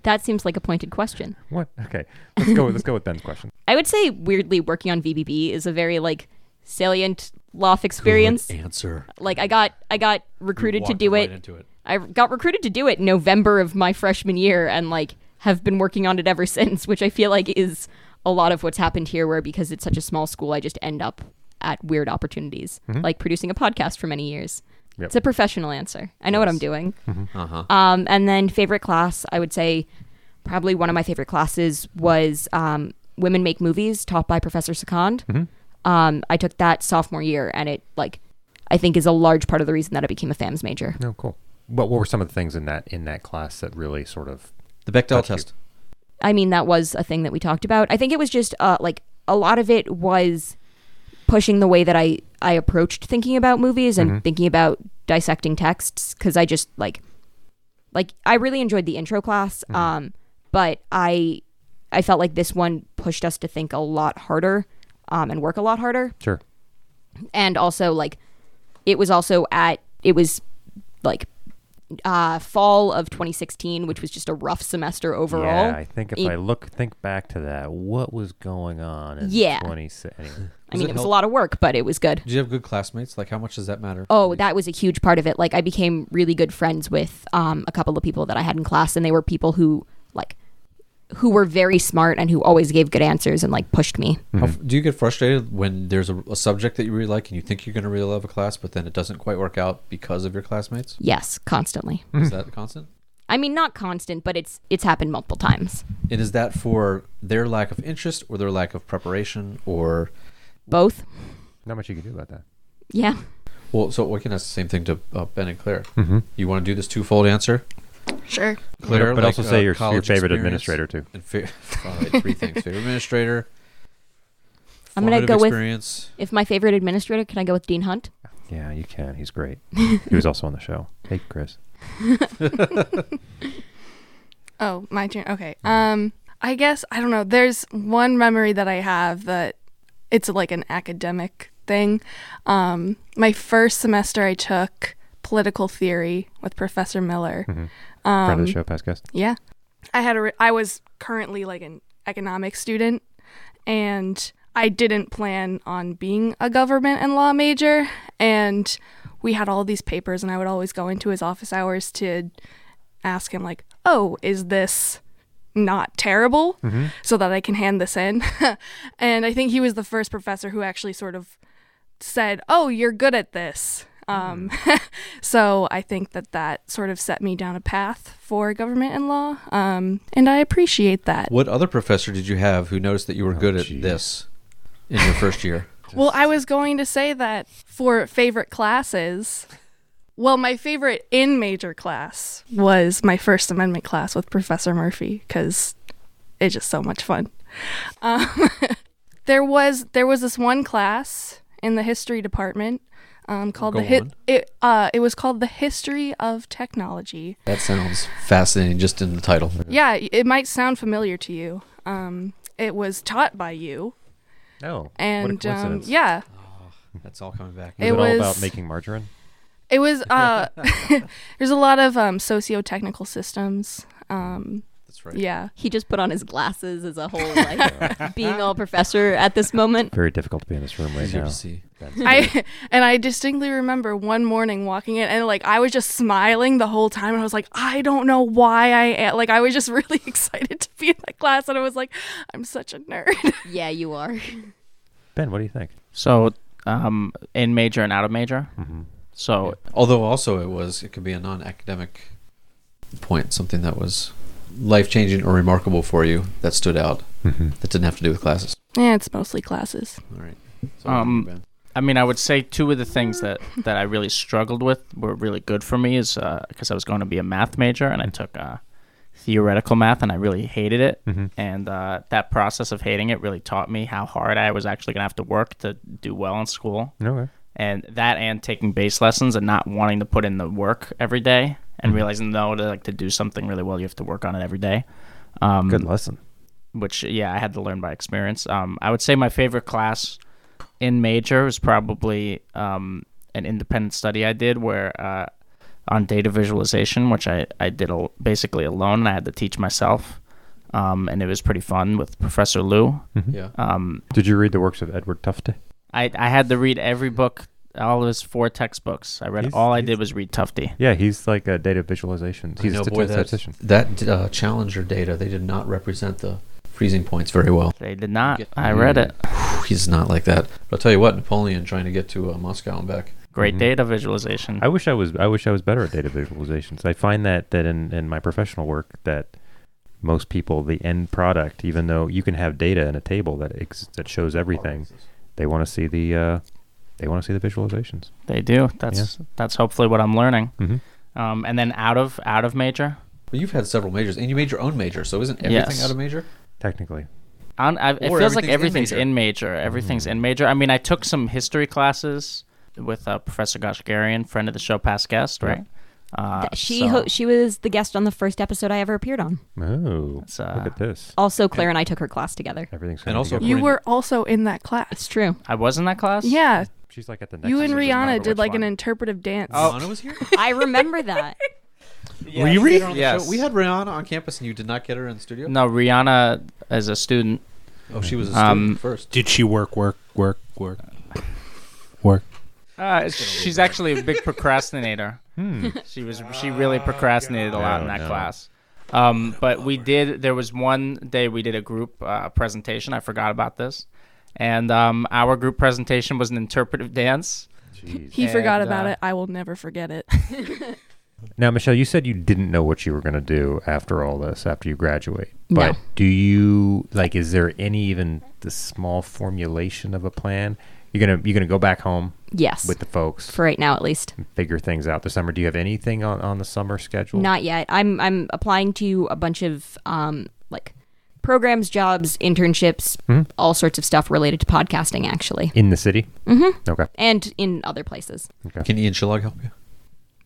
D: That seems like a pointed question.
A: What? Okay. Let's go. let's go with Ben's question.
D: I would say weirdly working on VBB is a very like salient loft experience.
B: Good answer.
D: Like I got I got recruited to
B: Walked
D: do
B: right
D: it.
B: into it.
D: I got recruited to do it in November of my freshman year and like have been working on it ever (laughs) since, which I feel like is a lot of what's happened here where because it's such a small school, I just end up at weird opportunities, like producing a podcast for many years.
A: Yep.
D: It's a professional answer. I know what I'm doing.
B: Uh huh.
D: Um, and then favorite class, I would say probably one of my favorite classes was um, Women Make Movies, taught by Professor Second. Um, I took that sophomore year, and it like I think is a large part of the reason that I became a FAMS major.
A: No, cool. What What were some of the things in that in that class that really sort of?
B: The Bechdel
A: Touch you.
B: test.
D: I mean, that was a thing that we talked about. I think it was just uh, like a lot of it was pushing the way that I I approached thinking about movies
A: Mm-hmm.
D: and thinking about dissecting texts because I just like like I really enjoyed the intro class,
A: Mm-hmm.
D: um, but I I felt like this one pushed us to think a lot harder um, and work a lot harder
A: Sure.
D: and also like it was also at it was like uh fall of 2016 which was just a rough semester overall
A: Yeah, I think if
D: It-
A: I look think back to that, what was going on in
D: Yeah.
A: 26 anyway.
D: I mean,
B: it
D: it was a
B: help-
D: lot of work, but it was good.
B: Did you have good classmates? Like, how much does that matter?
D: Oh, that was a huge part of it. Like, I became really good friends with um, a couple of people that I had in class, and they were people who, like, who were very smart and who always gave good answers and, like, pushed me.
B: How
A: Mm-hmm.
B: f do you get frustrated when there's a, a subject that you really like and you think you're going to really love a class, but then it doesn't quite work out because of your classmates?
D: Yes, constantly.
A: Mm-hmm.
B: Is that constant?
D: I mean, not constant, but it's it's happened multiple times.
B: And is that for their lack of interest or their lack of preparation or
D: Both.
A: (laughs) Not much you can do about that.
D: Yeah.
B: well? So we can ask the same thing to uh, Ben and Claire.
A: Mm-hmm.
B: You want to do this twofold answer,
G: Sure.
B: Claire,
A: but
B: like,
A: also
B: uh,
A: say your, your
B: college
A: favorite
B: experience
A: administrator too.
B: And fa- (laughs) all right, three things: favorite administrator.
D: (laughs) I'm gonna
B: formative
D: go with-
B: experience.
D: If my favorite administrator, can I go with Dean Hunt?
A: Yeah, you can. He's great. he was also on the show. Hey, Chris.
G: Oh, my turn. Okay. Um, I guess I don't know. There's one memory that I have that it's like an academic thing. Um, my first semester, I took political theory with Professor Miller. Um,
A: Friend of the show, past guest.
G: Yeah. I had a re- I was currently like an economics student and I didn't plan on being a government and law major and we had all these papers and I would always go into his office hours to ask him like, "Oh, is this not terrible so that I can hand this in?" (laughs) and I think he was the first professor who actually sort of said, "Oh, you're good at this." Um, (laughs) so I think that that sort of set me down a path for government and law, um, and I appreciate that.
B: What other professor did you have who noticed that you were good
A: geez.
B: at this in your first year?
G: Well, I was going to say that for favorite classes. Well, my favorite in major class was my First Amendment class with Professor Murphy because it's just so much fun. Um, (laughs) there was there was this one class in the history department um, called
B: Go
G: the hit.
B: on.
G: It uh, it was called the history of technology.
B: That sounds fascinating, just in the title.
G: Yeah, y- it might sound familiar to you. Um, it was taught by you,
A: Oh,
G: and
A: what a
G: um,
A: coincidence.
G: yeah,
B: That's all coming back.
A: Was it,
G: it
A: all
G: was-
A: about making margarine?
G: it was. Uh, (laughs) there's a lot of um, socio-technical systems. Um,
B: That's right.
G: yeah,
D: He just put on his glasses as a whole, like, being all professor at this moment.
A: Very difficult to be in this room right
B: Easier
A: now.
B: to see.
G: I and I distinctly remember one morning walking in, and like I was just smiling the whole time, and I was like, I don't know why I am. like I was (laughs) just really excited to be in that class, and I was like, I'm such a nerd.
D: Yeah, you are.
A: Ben, what do you think?
F: So, um, in major and out of major.
A: Mhm.
F: So
B: Oh. Although also it was it could be a non-academic point, something that was life-changing or remarkable for you that stood out
A: Mm-hmm.
B: that didn't have to do with classes.
G: Yeah, it's mostly classes.
B: All right. So
F: Um, I mean, I would say two of the things that, that I really struggled with were really good for me is because I was going to be a math major and I took uh, theoretical math and I really hated it.
A: Mm-hmm.
F: And uh, that process of hating it really taught me how hard I was actually going to have to work to do well in school.
A: Mm-hmm. Okay.
F: And that and taking bass lessons and not wanting to put in the work every day and realizing, no, to, like, to do something really well, you have to work on it every day. Um,
B: Mm-hmm.
A: Good lesson.
F: which yeah, I had to learn by experience. Um, I would say my favorite class in major was probably um, an independent study I did where uh, on data visualization, which I I did al- basically alone, and I had to teach myself, um, and it was pretty fun with Professor Lou.
B: yeah.
F: Um,
A: Mm-hmm. Did you read the works of Edward Tufte?
F: I I had to read every book, all of his four textbooks. I read
A: He's-
F: all I
A: he's-
F: did was read Tufte.
A: Yeah, he's like a data visualization. He's
B: I know,
A: a stati-
B: boy, that-
A: (laughs) statistician.
B: That uh, Challenger data, they did not represent the freezing points very well.
F: They did not.
B: Get-
F: I read
A: Mm-hmm.
F: it.
B: Whew, He's not like that. But I'll tell you what, Napoleon trying to get to uh, Moscow and back.
F: Great
A: Mhm.
F: data visualization.
A: I wish I was. I wish I was better at data visualizations. I find that that in in my professional work that most people the end product, even though you can have data in a table that ex- that shows everything, they want to see the uh, they want to see the visualizations.
F: they do. That's that's hopefully what I'm learning.
A: Mm-hmm.
F: Um, and then out of out of major,
B: But you've had several majors, and you made your own major, so isn't everything
F: Yes.
B: out of major?
A: Technically,
F: On, I, it
B: Or
F: feels like
B: everything's
F: everything's
B: in
F: in major. Mm-hmm. Everything's in major. I mean, I took some history classes with uh, Professor Goshgarian, friend of the show, past guest, right? Uh,
D: Th- she
F: so
D: ho- she was the guest on the first episode I ever appeared on.
A: oh,
F: It's,
A: look
F: uh,
A: at this.
D: Also, Claire and I took her class together.
A: Everything's
B: And
A: coming
B: also-
A: together.
G: You
B: According-
G: were also in that
D: It's
G: class.
D: true.
F: I was in that class.
G: Yeah,
A: she's like at the next.
G: you and
A: stage, doesn't matter
G: Rihanna did
A: which
G: like an
A: one.
G: interpretive dance.
B: Rihanna was here.
D: I remember that.
C: Riri?
B: On the
F: Yes.
B: show? We had Rihanna on campus, and you did not get her in the studio.
F: No, Rihanna as a student.
B: Oh, she was a student
F: Um,
B: first.
C: Did she work, work, work, work, work?
F: Uh, she's actually a (laughs) big procrastinator.
A: Hmm.
F: She was she really procrastinated a lot in
A: Oh,
F: that
A: no.
F: class. Um, but we did. There was one day we did a group uh, presentation. I forgot about this, and um, our group presentation was an interpretive dance.
A: (laughs) Jeez.
G: he forgot
F: And,
G: about
F: uh,
G: it. I will never forget it.
A: Now, Michelle, you said you didn't know what you were going to do after all this, after you graduate. But
D: No.
A: do you like? Is there any even the small formulation of a plan? You're gonna you're gonna go back home
D: (laughs) Yes,
A: with the folks,
D: for right now at least.
A: figure things out this summer. Do you have anything on, on the summer schedule?
D: Not yet. I'm I'm applying to a bunch of um like programs, jobs, internships,
A: Mhm.
D: all sorts of stuff related to podcasting actually,
A: in the city. Mm-hmm. Okay.
D: and in other places.
B: Can Ian Shillog help you?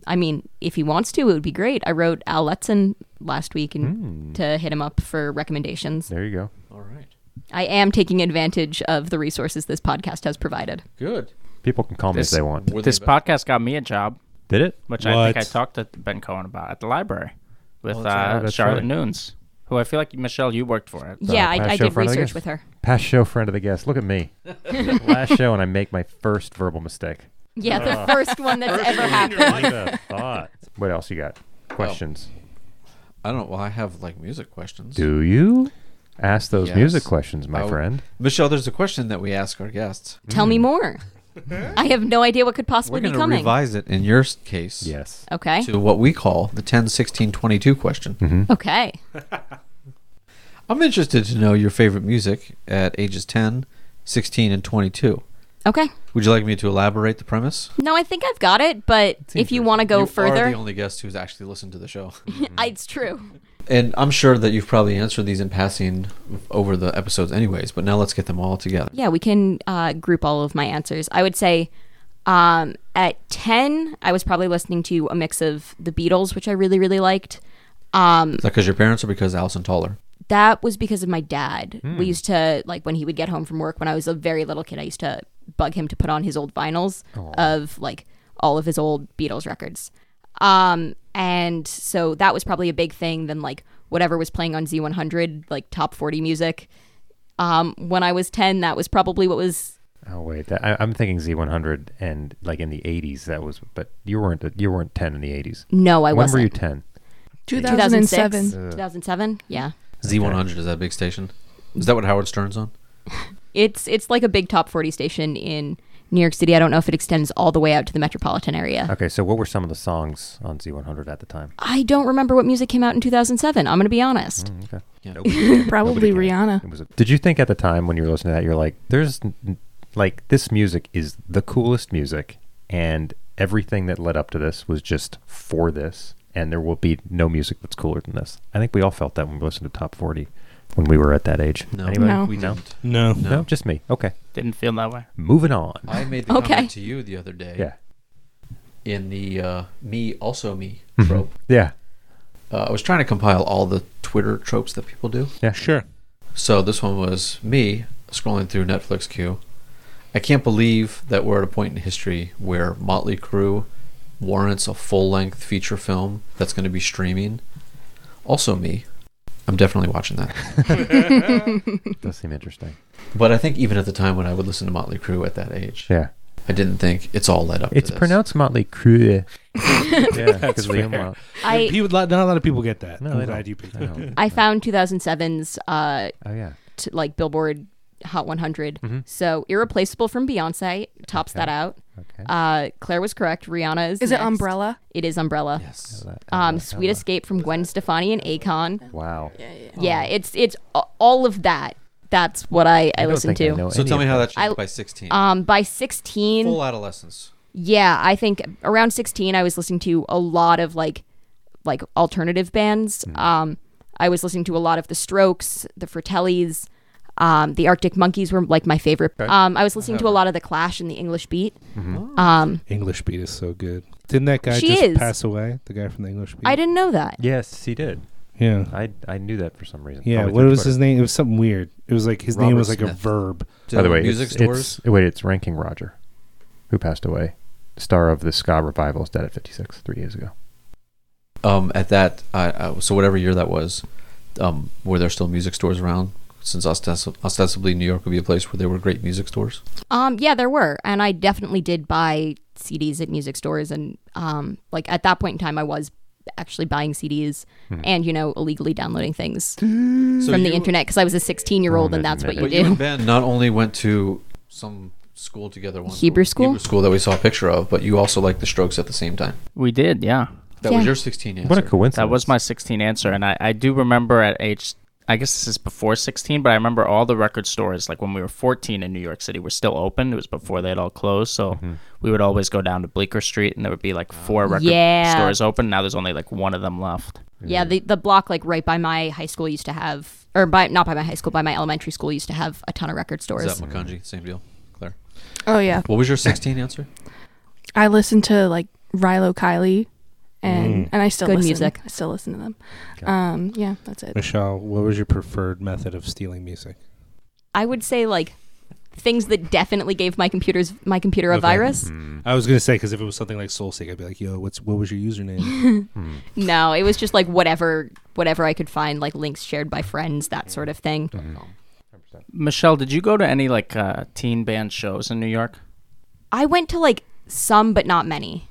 D: I mean, if he wants to, it would be great. I wrote Al Letson last week and
A: Hmm.
D: to hit him up for recommendations.
A: There you go.
B: All right.
D: I am taking advantage of the resources this podcast has provided.
B: Good.
A: People can call me if
F: This-
A: they want.
B: Were they
F: This
B: about-
F: podcast got me a job.
A: Did it?
F: which I think I
C: What?
F: talked to Ben Cohen about at the library with
A: Oh, that's right,
F: uh,
A: that's
F: Charlotte
A: right.
F: Noons, who I feel like Michelle, you worked for it.
D: yeah,
A: past
D: I, I
A: show
D: did
A: friend of the
D: research
A: guest.
D: with her.
A: Past show friend of the guest. Look at me. Last show and I make my first verbal mistake.
D: Yeah,
A: Ah.
D: the first one
A: (laughs)
D: that's ever happened.
A: thought. What else you got? Questions.
B: I don't. Well, I have like music questions.
A: Do you ask those
B: Yes.
A: music questions, my
B: Oh.
A: friend?
B: Michelle, there's a question that we ask our guests.
D: Tell me more. I have no idea what could
B: Hmm. We're
D: possibly be
B: going to
D: coming.
B: revise it in your s- case
A: Yes.
D: okay.
B: to what we call the 10, 16, 22 question.
A: Mm-hmm.
D: Okay.
B: I'm interested to know your favorite music at ages 10, 16, and 22.
D: Okay.
B: Would you like me to elaborate the premise?
D: No, I think I've got it, but if you want to go
B: you
D: further,
B: are the only guest who's actually listened to the show.
D: I- (laughs) it's true.
B: and I'm sure that you've probably answered these in passing over the episodes anyways, but now let's get them all together.
D: Yeah, we can uh, group all of my answers. I would say um, at 10, I was probably listening to a mix of the Beatles, which I really, really liked. Um,
B: Is that because your parents or because Allison Taller?
D: that was because of my dad.
A: Hmm.
D: We used to, like, when he would get home from work when I was a very little kid, I used to bug him to put on his old vinyls of, like, all of his old Beatles records. Um, and so that was probably a big thing. Then, like, whatever was playing on Z100, like, top 40 music. Um, when I was 10, that was probably what was
A: Oh wait, that, I, I'm thinking Z100 and like in the 80s that was, but you weren't you weren't 10 in the 80s.
D: No, Oh, I
A: when
D: wasn't.
A: were you Uh. 10?
G: 2007.
D: 2007. Yeah.
B: Z100 is that a big station? Is that what Howard Stern's on?
D: It's it's like a big top 40 station in New York City. I don't know if it extends all the way out to the metropolitan area.
A: Okay, so what were some of the songs on Z100 at the time?
D: I don't remember what music came out in 2007. I'm going to be honest.
A: Okay.
B: Yeah.
A: Nobody
G: Probably
A: can.
G: Rihanna.
A: It was a, did you think at the time when you were listening to that, you're like, there's n- like this music is the coolest music, and everything that led up to this was just for this, and there will be no music that's cooler than this. I think we all felt that when we listened to Top 40 when we were at that age.
B: No,
A: Anybody?
G: No.
B: we
A: No?
B: didn't.
C: No.
A: No? just me. Okay,
F: Didn't feel that way.
A: moving on.
B: I made the
D: Okay.
B: comment to you the other day
A: Yeah,
B: in the uh, me also me trope.
A: Mm-hmm. yeah,
B: Uh, I was trying to compile all the Twitter tropes that people do.
A: yeah.
C: Sure.
B: So this one was me scrolling through Netflix queue. I can't believe that we're at a point in history where Motley Crue warrants a full-length feature film that's going to be streaming. Also, me. I'm definitely
A: (laughs)
B: watching that.
A: (laughs) Does seem interesting.
B: But I think even at the time when I would listen to Motley Crue at that age,
A: Yeah,
B: I didn't think it's all led up.
A: it's
B: to this.
A: pronounced Motley (laughs) Crue. yeah, (laughs) because
C: That's fair.
D: I
C: People, not a lot of people get that.
A: No,
C: I'm
A: they
C: glad
A: don't.
C: you picked
A: They
C: that.
A: don't.
D: I found 2007's uh
A: Oh yeah.
D: t- like Billboard Hot 100.
A: Mhm.
D: So Irreplaceable from Beyonce tops
A: Okay.
D: that out.
A: Okay.
D: Uh, Claire was correct. Rihanna is
G: Is it
D: next.
G: Umbrella?
D: It is Umbrella.
B: Yes.
A: Ella,
D: Um,
A: Ella,
D: Sweet
A: Ella.
D: Escape from Gwen Stefani and Akon.
A: Wow.
G: Yeah, yeah.
D: Yeah, it's it's a- all of that. That's what I, I
A: don't
D: listen
A: think I
D: to.
A: know
B: So
A: any
B: tell
A: of
B: me how that
D: I-
B: changed by 16.
D: um, by 16,
B: Full adolescence.
D: yeah, I think around 16 I was listening to a lot of like like alternative bands. Um, I was listening to a lot of The Strokes, The Fratellis, um, the Arctic Monkeys were like my favorite. Um, I was listening to a lot of The Clash and the English Beat.
A: Mm-hmm. Hmm.
D: Um,
C: English Beat is so good. Didn't that guy
D: She
C: just
D: is.
C: pass away? The guy from the English Beat.
D: I didn't know that.
A: Yes, he did.
C: Yeah.
A: I I knew that for some reason.
C: Yeah.
A: Probably
C: What
A: through
C: was
A: Twitter.
C: his name? It was something weird. It was like his name
B: Robert
C: was like a
B: Smith.
C: verb.
A: By the way,
B: uh, music
A: it's,
B: stores.
A: It's, wait, it's Ranking Roger, who passed away, star of the ska revival, is dead at 56 three years ago.
B: um, at that, I, I, so whatever year that was, um, were there still music stores around? Since ostens- ostensibly New York would be a place where there were great music stores.
D: Um, yeah, there were, and I definitely did buy CDs at music stores, and um, like at that point in time, I was actually buying CDs and you know illegally downloading things
B: So
D: Mm. from
B: you,
D: the internet because I was a 16 year old, and that's what you
B: But you and
D: do.
B: Ben not only went to some school together, one
D: Hebrew school?
B: Hebrew school that we saw a picture of, but you also liked the Strokes at the same time.
F: We did, yeah.
B: That
D: Yeah.
B: was your 16 answer.
A: What a coincidence!
F: That was my 16 answer, and I, I do remember at age, I guess this is before 16, but I remember all the record stores, like when we were 14 in New York City, were still open. It was before they had all closed, so we would always go down to Bleecker Street, and there would be like four record
D: Yeah.
F: stores open. Now there's only like one of them left.
D: Yeah, the the block like right by my high school used to have, or by not by my high school, by my elementary school used to have a ton of record stores.
B: Is that Makanji? Same deal, Claire.
G: Oh yeah.
B: What was your 16 answer?
G: I listened to like Rilo Kiley,
B: Mm.
G: and and I still
D: Good
G: listen.
D: music.
G: I still listen to them. Um, yeah, that's it.
C: Michelle, what was your preferred method of stealing music?
D: I would say like things that definitely gave my computers my computer a
C: Okay.
D: virus.
A: Hmm.
C: I was gonna say because if it was something like Soulseek, I'd be like, "Yo, what's what was your (laughs) username?"
D: No, it was just like whatever whatever I could find, like links shared by friends, that sort of thing.
F: Michelle, did you go to any like uh, teen band shows in New York?
D: I went to like some, but not many.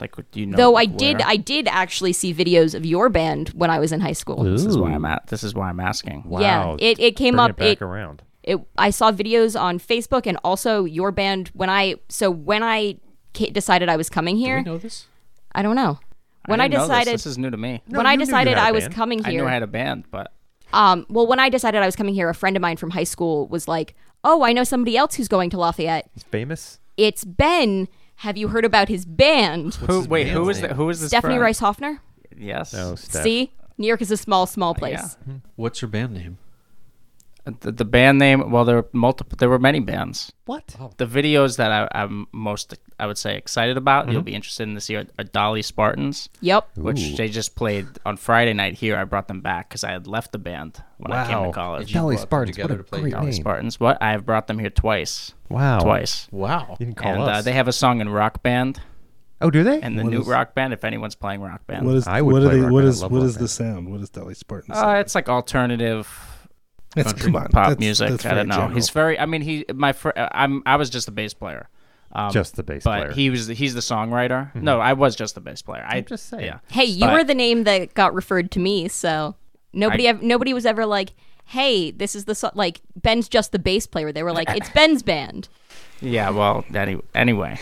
F: Like, do you know?
D: Though I
F: where?
D: did, I did actually see videos of your band when I was in high school.
F: This is why I'm at. This is why I'm asking.
A: Wow.
D: Yeah, it, it came
A: Bringing
D: up.
A: it back
D: It,
A: around.
D: it I saw videos on Facebook and also your band when I so when I ca- decided I was coming
B: Do we
D: here.
B: know this?
D: I don't know when I,
F: didn't know this.
D: decided
F: this. is new to me.
D: when I
A: you knew you
D: decided
A: had a
D: I was
A: band.
D: coming
F: I knew
D: here.
F: I had a band, but
D: um, well, when I decided I was coming here, a friend of mine from high school was like, "Oh, I know somebody else who's going to Lafayette.
A: It's famous.
D: It's Ben. Have you heard about his band?"
F: who?
B: his
F: Wait,
B: band's
F: who is
B: name?
F: that? Who is this?
D: Stephanie
F: from?
D: Rice Hoffner.
F: Yes.
A: No, Steph.
D: See, New York is a small, small place.
B: What's your band name?
F: The, the band name. Well, there were multiple. There were many bands.
B: What?
F: The videos that I, I'm most, I would say, excited about.
A: Mm-hmm.
F: You'll be interested in this year are Dolly Spartans,
D: Yep.
F: which they just played on Friday night here. I brought them back because I had left the band when I came to
A: Wow.
F: college.
B: You
A: Dolly
B: brought them
A: Spartans. What
B: together
A: a
B: to play
A: great
B: Dolly
A: name.
F: Spartans. What? I have brought them here twice.
A: Wow.
F: Twice.
B: Wow.
A: You can call
F: and
A: us.
F: Uh, they have a song in Rock Band
A: oh, do they?
F: and the
C: What
F: new
C: is-
F: Rock Band. If anyone's playing Rock Band,
C: What is
A: I would
C: what,
A: play
C: are they,
A: rock
C: what
A: band. I
C: is
A: love
C: what
A: rock
C: is the
A: band.
C: sound? What is Dolly Spartan?
F: uh,
C: sound?
F: it's like alternative
C: That's-
B: country
F: pop
C: that's-
F: music.
C: that's
F: I don't
C: very
F: know.
C: general.
F: He's very. I mean, he my fr- uh, I'm I was just a bass player. Um,
A: Just the bass
F: but
A: player. Mm-hmm.
F: he was he's the songwriter. No, I was just the bass player. I
A: I'm just saying.
F: Yeah.
D: Hey, you
F: But-
D: were the name that got referred to me, so nobody, ev- nobody was ever like, hey, this is the so-, like Ben's just the bass player. They were like, it's Ben's band.
F: Yeah, well, any,
A: (laughs)
F: anyway.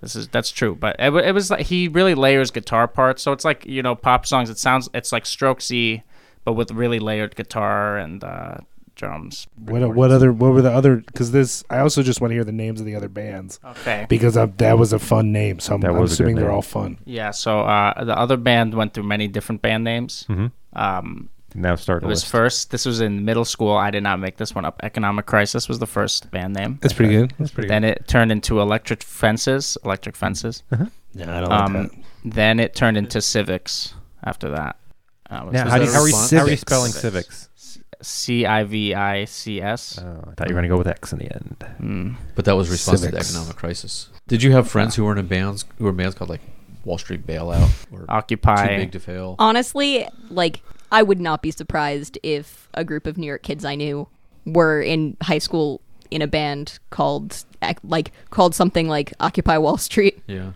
F: this is that's true, but it, wa- it was like he really layers guitar parts, so it's like, you know, pop songs it sounds it's like strokesy but with really layered guitar and uh drums.
C: What what other what were the other? Because this I also just want to hear the names of the other bands
F: Okay.
C: because I, that was a fun name. So I'm,
A: That
C: I'm
A: was a good
C: assuming they're
A: name.
C: all fun.
F: Yeah, so uh the other band went through many different band names.
A: Hmm.
F: Um
A: Mm-hmm. Now start
F: it
A: a
F: was
A: list.
F: first this was in middle school. I did not make this one up. Economic Crisis was the first band name.
C: That's pretty good. That's pretty
F: Then it turned into Electric Fences, Electric Fences.
C: good. Yeah, I don't
F: Um,
C: like that.
F: Then it turned into Civics after that. Uh, it was
A: Now, how, do you,
B: that
A: how,
B: a
A: are you,
B: response?
A: how are you spelling civics?
F: Civics. C I V I C S.
A: Oh, I thought you were going to go with X in the end.
F: Mm.
B: But that was response to the
C: Civics.
B: economic crisis. Did you have friends who were in bands who were in bands called like Wall Street Bailout or Too
F: Occupy.
B: Big to Fail?
D: Honestly, like I would not be surprised if a group of New York kids I knew were in high school in a band called ac- like called something like Occupy Wall Street. (laughs)
B: Yeah.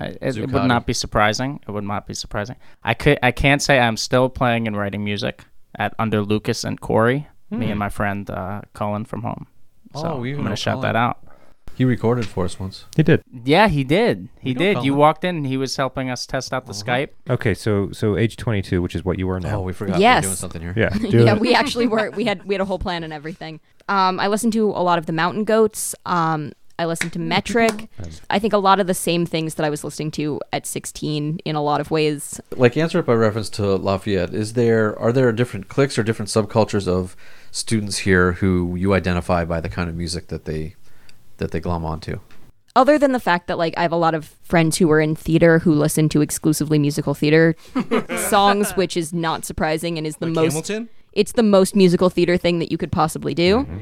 F: I- uh, It, it
B: Zuccotti.
F: would not be surprising. It would not be surprising. I could. I can't say I'm still playing and writing music at under Lucas and Corey.
A: Hmm.
F: Me and my friend uh, Colin from home. So
B: Oh, we
F: I'm
B: even
F: gonna
B: know
F: shout
B: Colin.
F: that out.
B: He recorded for us once.
A: He did.
F: Yeah, he did. He
B: know
F: did. You
B: Colin.
F: walked in. and He was helping us test out the
A: Uh-huh.
F: Skype.
A: Okay, so so age 22, which is what you are now.
B: Oh, we forgot
D: Yes.
B: we were doing something
F: (laughs)
B: here.
A: yeah.
C: Do
D: yeah,
C: it.
D: we actually were. We had we had a whole plan and everything. Um, I listened to a lot of the Mountain Goats. Um, I listened to Metric.
A: Um,
D: I think a lot of the same things that I was listening to at 16 in a lot of ways.
B: Like answer it by reference to Lafayette. Is there are there different cliques or different subcultures of students here who you identify by the kind of music that they that they glom onto?
D: Other than the fact that like I have a lot of friends who are in theater who listen to exclusively musical
C: (laughs)
D: theater songs, which is not surprising and is the most
C: Hamilton.
D: it's the most musical theater thing that you could possibly do.
A: mm-hmm.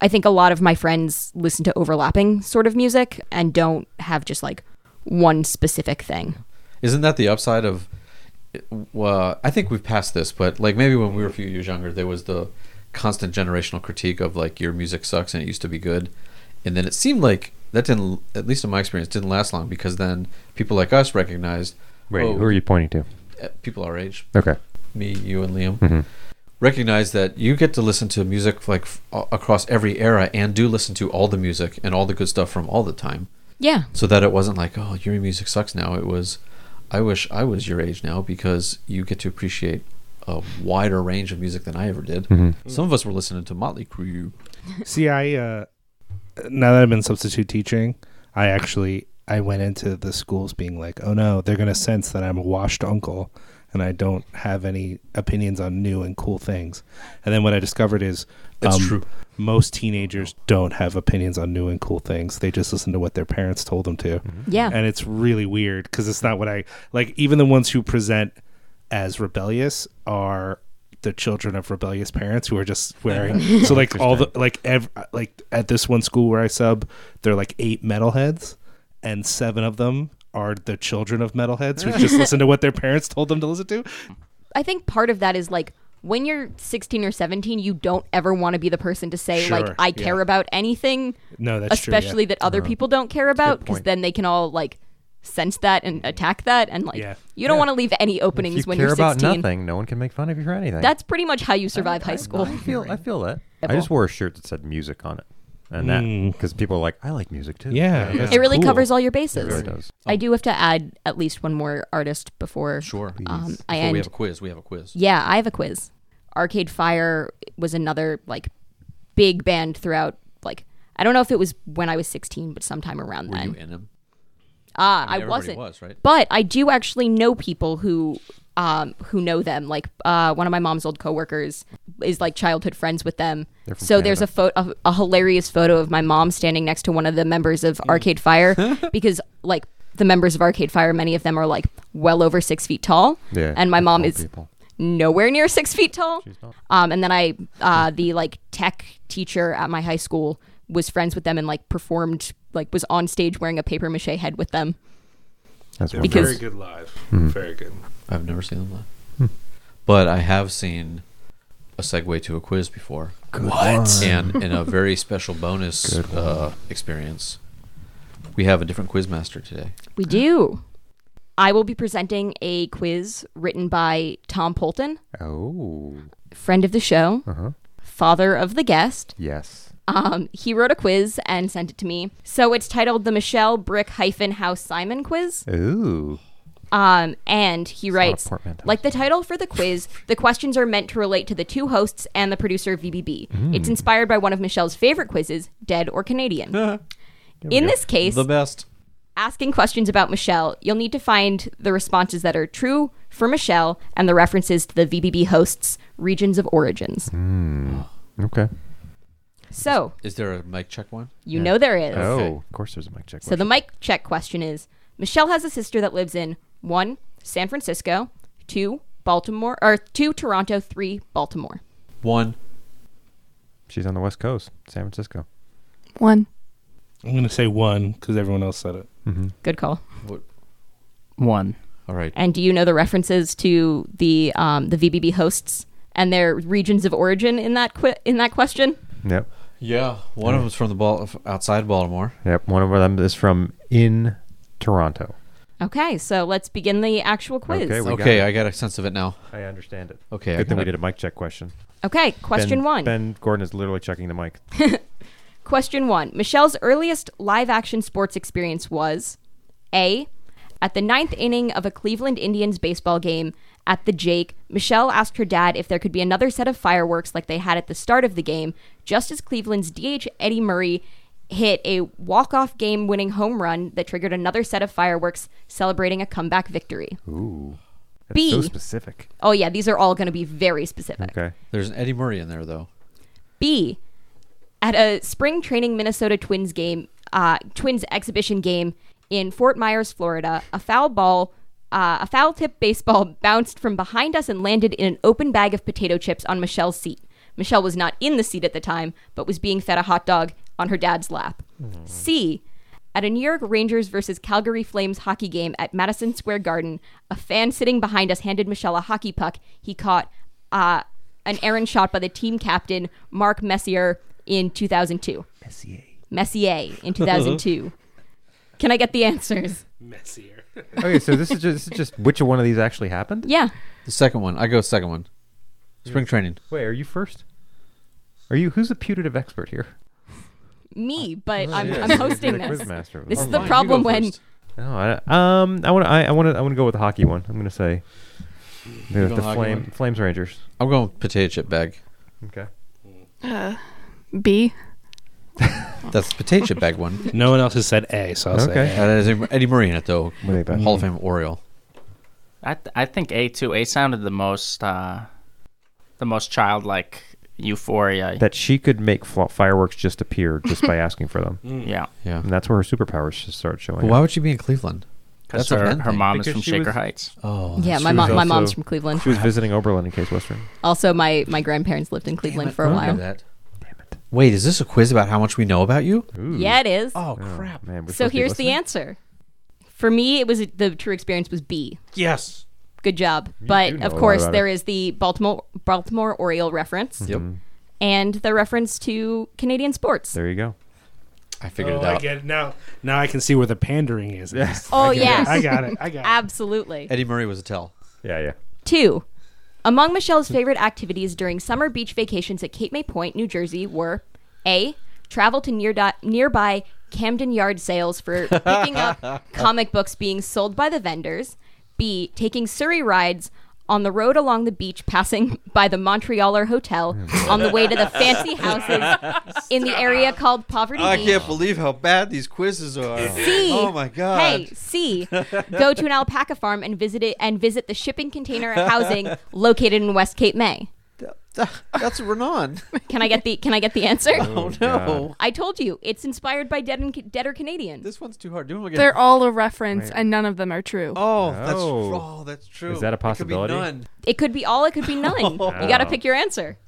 D: I think a lot of my friends listen to overlapping sort of music and don't have just like one specific thing.
B: Isn't that the upside of? Well, I think we've passed this, but like maybe when we were a few years younger, there was the constant generational critique of like your music sucks and it used to be good, and then it seemed like that didn't, at least in my experience, didn't last long because then people like us recognized.
A: Wait,
B: oh,
A: who are you pointing
B: uh, People our age,
A: to? Okay.
B: me, you, and Liam.
A: Mhm.
B: Recognize that you get to listen to music like f- a- across every era, and do listen to all the music and all the good stuff from all the time
D: Yeah.
B: so that it wasn't like oh your music sucks now it was i wish i was your age now because you get to appreciate a wider range of music than i ever did
A: Mm-hmm.
B: some of us were listening to motley crue
C: See, I uh, now that I've been substitute teaching, I actually I went into the schools being like, oh no, they're gonna sense that I'm a washed uncle and I don't have any opinions on new and cool things. And then what I discovered is um,
B: That's true.
C: Most teenagers don't have opinions on new and cool things. They just listen to what their parents told them to.
A: Mm-hmm.
D: Yeah.
C: And it's really weird because it's not what I like. Even the ones who present as rebellious are the children of rebellious parents who are just
D: (laughs)
C: wearing. so like all the like ev- like at this one school where I sub, they're like eight metalheads, and seven of them are the children of metalheads who
D: (laughs)
C: just listen to what their parents told them to listen to.
D: I think part of that is like when you're 16 or 17, you don't ever want to be the person to say like
C: Sure,
D: I care
C: yeah.
D: about anything,
C: No, that's true, yeah.
D: especially that other people don't care about, because
A: point.
D: then they can all like sense that and attack that, and like
C: Yeah.
D: you don't
C: Yeah.
D: want to leave any
A: If
D: openings
A: you
D: when
A: care
D: you're 16.
A: about nothing, no one can make fun of you for anything.
D: That's pretty much how you survive high school.
A: I feel I feel
D: (laughs)
A: that. I just wore a shirt that said music on it, and that
C: Mm.
A: because people are like, I like music too.
C: Yeah,
D: It really
C: cool.
D: covers all your
A: it
D: bases.
A: really does.
D: I do have to add at least one more artist before.
B: sure
D: Um, I
B: Before
D: end.
B: we have a quiz we have a quiz
D: Yeah, I have a quiz. Arcade Fire was another like big band throughout. Like I don't know if it was when I was 16, but sometime around
B: were you
D: then.
B: in them
D: Ah, I,
B: everybody
D: wasn't.
B: was, right?
D: But I do actually know people who um who know them. Like uh, one of my mom's old coworkers is like childhood friends with them.
A: from
D: So there's a photo, a, a hilarious photo of my mom standing next to one of the members
A: Hmm.
D: of Arcade
A: (laughs)
D: Fire because like. The members of Arcade Fire, many of them are like well over six feet tall,
A: Yeah,
D: and my
A: that's
D: mom
A: all
D: is
A: people.
D: nowhere near six feet tall.
A: not.
D: Um, and then I, uh, the like tech teacher at my high school was friends with them and like performed, like was on stage wearing a paper mache head with them.
A: That's
D: Because-
A: wonderful.
D: very
C: good live, very good.
B: i've never seen them live but i have seen a segue to a quiz before
C: What?
B: and in a very special (laughs) bonus uh, experience we have a different quiz master today
D: We do. I will be presenting a quiz written by Tom Polton,
A: Oh, uh-huh.
D: friend of the show, father of the guest.
A: yes.
D: Um, he wrote a quiz and sent it to me. So it's titled the Michelle Brick hyphen House Simon quiz.
A: Ooh,
D: Um, and he writes,
A: portmanteau.
D: like the title for the quiz, the questions are meant to relate to the two hosts and the producer of VBB. It's inspired by one of Michelle's favorite quizzes, Dead or Canadian. In this case,
B: The best.
D: asking questions about Michelle, you'll need to find the responses that are true for Michelle and the references to the VBB hosts' regions of origins.
A: Hmm. okay.
D: So
B: Is there a mic check one?
D: you know there is.
A: Oh, of course, there's a mic check.
D: So the mic check question is Michelle has a sister that lives in one, San Francisco, two, Baltimore, or two, Toronto, three, Baltimore.
B: One.
A: She's on the West Coast, San Francisco.
G: One.
C: I'm gonna say one because everyone else said it.
D: Good call.
F: One.
B: All right.
D: And do you know the references to the um, the VBB hosts and their regions of origin in that qui- in that question?
A: Yep,
B: Yeah. One of them's from the ball outside Baltimore.
A: yep. One of them is from in Toronto.
D: Okay, so let's begin the actual quiz.
A: Okay, we-
D: Okay,
A: got
B: Okay,
A: it.
B: I got a sense of it now.
A: I understand it.
B: Okay, I
A: Good thing we
B: got it.
A: did a mic check question.
D: question
A: ben,
D: one.
A: Ben Gordon is literally checking the mic.
D: Question one. Michelle's earliest live action sports experience was A. At the ninth inning of a Cleveland Indians baseball game at the Jake, Michelle asked her dad if there could be another set of fireworks like they had at the start of the game, just as Cleveland's DH Eddie Murray hit a walk off game winning home run that triggered another set of fireworks celebrating a comeback victory.
A: Ooh, that's
D: B.
A: so specific.
D: Oh, yeah, these are all going to be very specific.
A: Okay.
B: There's an Eddie Murray in there though.
D: B, at a spring training Minnesota Twins game, uh, Twins exhibition game in Fort Myers, Florida, a foul ball, uh, a foul tip baseball (laughs) bounced from behind us and landed in an open bag of potato chips on Michelle's seat. Michelle was not in the seat at the time, but was being fed a hot dog on her dad's lap. C, at a New York Rangers versus Calgary Flames hockey game at Madison Square Garden, a fan sitting behind us handed Michelle a hockey puck he caught uh, an errant shot by the team captain, Mark Messier, in 2002. Messier. Messier in 2002. Can I get the answers?
C: Messier.
A: okay, so this is just this is just which one of these actually happened?
D: Yeah.
B: The second one. I go second one. Spring training.
A: Wait, are you first? Are you who's the putative expert here?
D: Me, but I'm,
B: yeah,
D: I'm
B: you're
D: hosting
A: You're the
D: this.
A: quizmaster.
D: This is
B: Fine,
D: the
B: you
D: problem
B: go
D: when
B: first.
A: No, I, um, I want to, I, I want to, I want to go with the hockey one. I'm gonna say the,
B: going
A: the
B: hockey
A: flame,
B: one?
A: Flames Rangers.
B: I'm going with potato chip bag.
A: Okay.
G: B.
B: That's the potato chip bag one.
D: (laughs)
C: No one else has said A, so I'll
A: Okay.
C: say
B: That is Eddie Murray in it though.
A: What do you bet?
B: Hall of Fame Oriole.
F: I th- I think A too. A sounded the most uh, the most childlike euphoria.
A: That she could make fl- fireworks just appear just
D: (laughs)
A: by asking for them,
F: yeah,
B: Yeah.
A: and that's where her superpowers should start showing.
B: But
A: up.
B: why would she be in Cleveland?
F: because
B: That's a
F: her,
B: Ben
F: her
B: thing.
F: mom
A: Because
F: is from
A: she
F: Shaker
A: was-
F: Heights.
B: Oh,
D: yeah,
B: that's
D: my
B: true.
D: mom, my
A: also-
D: mom's from Cleveland.
A: She was visiting Oberlin in Case Western.
D: Also, my my grandparents lived in Cleveland for a
B: Look at
D: while.
B: that. Wait, is this a quiz about how much we know about you?
A: Ooh.
D: Yeah, it is.
B: Oh crap!
A: Man, we're
D: so
A: supposed to be
D: here's the
A: listening?
D: answer. For me, it was the true experience was B.
B: Yes.
D: Good job.
A: do
D: but
A: know a
D: of
A: lot
D: course,
A: about
D: there is the Baltimore Baltimore Oriole reference
B: Yep.
D: and the reference to Canadian sports.
A: There you go.
B: I figured
C: A.
B: it
C: Oh, I
B: out.
C: get it now. Now I can see where the pandering is.
A: Yeah.
C: (laughs)
D: oh yes,
C: I got it. I got it.
D: absolutely.
B: Eddie Murray was a tell.
A: Yeah, yeah.
D: Two. Among Michelle's favorite activities during summer beach vacations at Cape May Point, New Jersey, were a travel to near di- nearby Camden yard sales for picking up comic books being sold by the vendors. B taking Surrey rides on the road along the beach, passing by the Montrealer Hotel on the way to the fancy houses in the area called Poverty Beach.
B: believe how bad these quizzes are. Oh,
D: C. Hey, C. Go to an alpaca farm and visit it and visit the shipping container and housing located in West Cape May.
B: (laughs) That's Renan. (laughs)
D: Can I get the Can I get the answer?
C: (laughs)
B: Oh
A: God.
D: I told you it's inspired by Dead and Dead or Canadian.
B: This one's too hard. Do them again.
G: They're all a reference, and none of them are true.
B: oh, that's
A: Oh.
B: oh, that's true.
A: Is that a
B: It could be
A: possibility?
B: none.
D: It could be all. It could
C: (laughs)
D: be none.
C: Oh.
D: You got to
A: Wow.
D: pick your answer.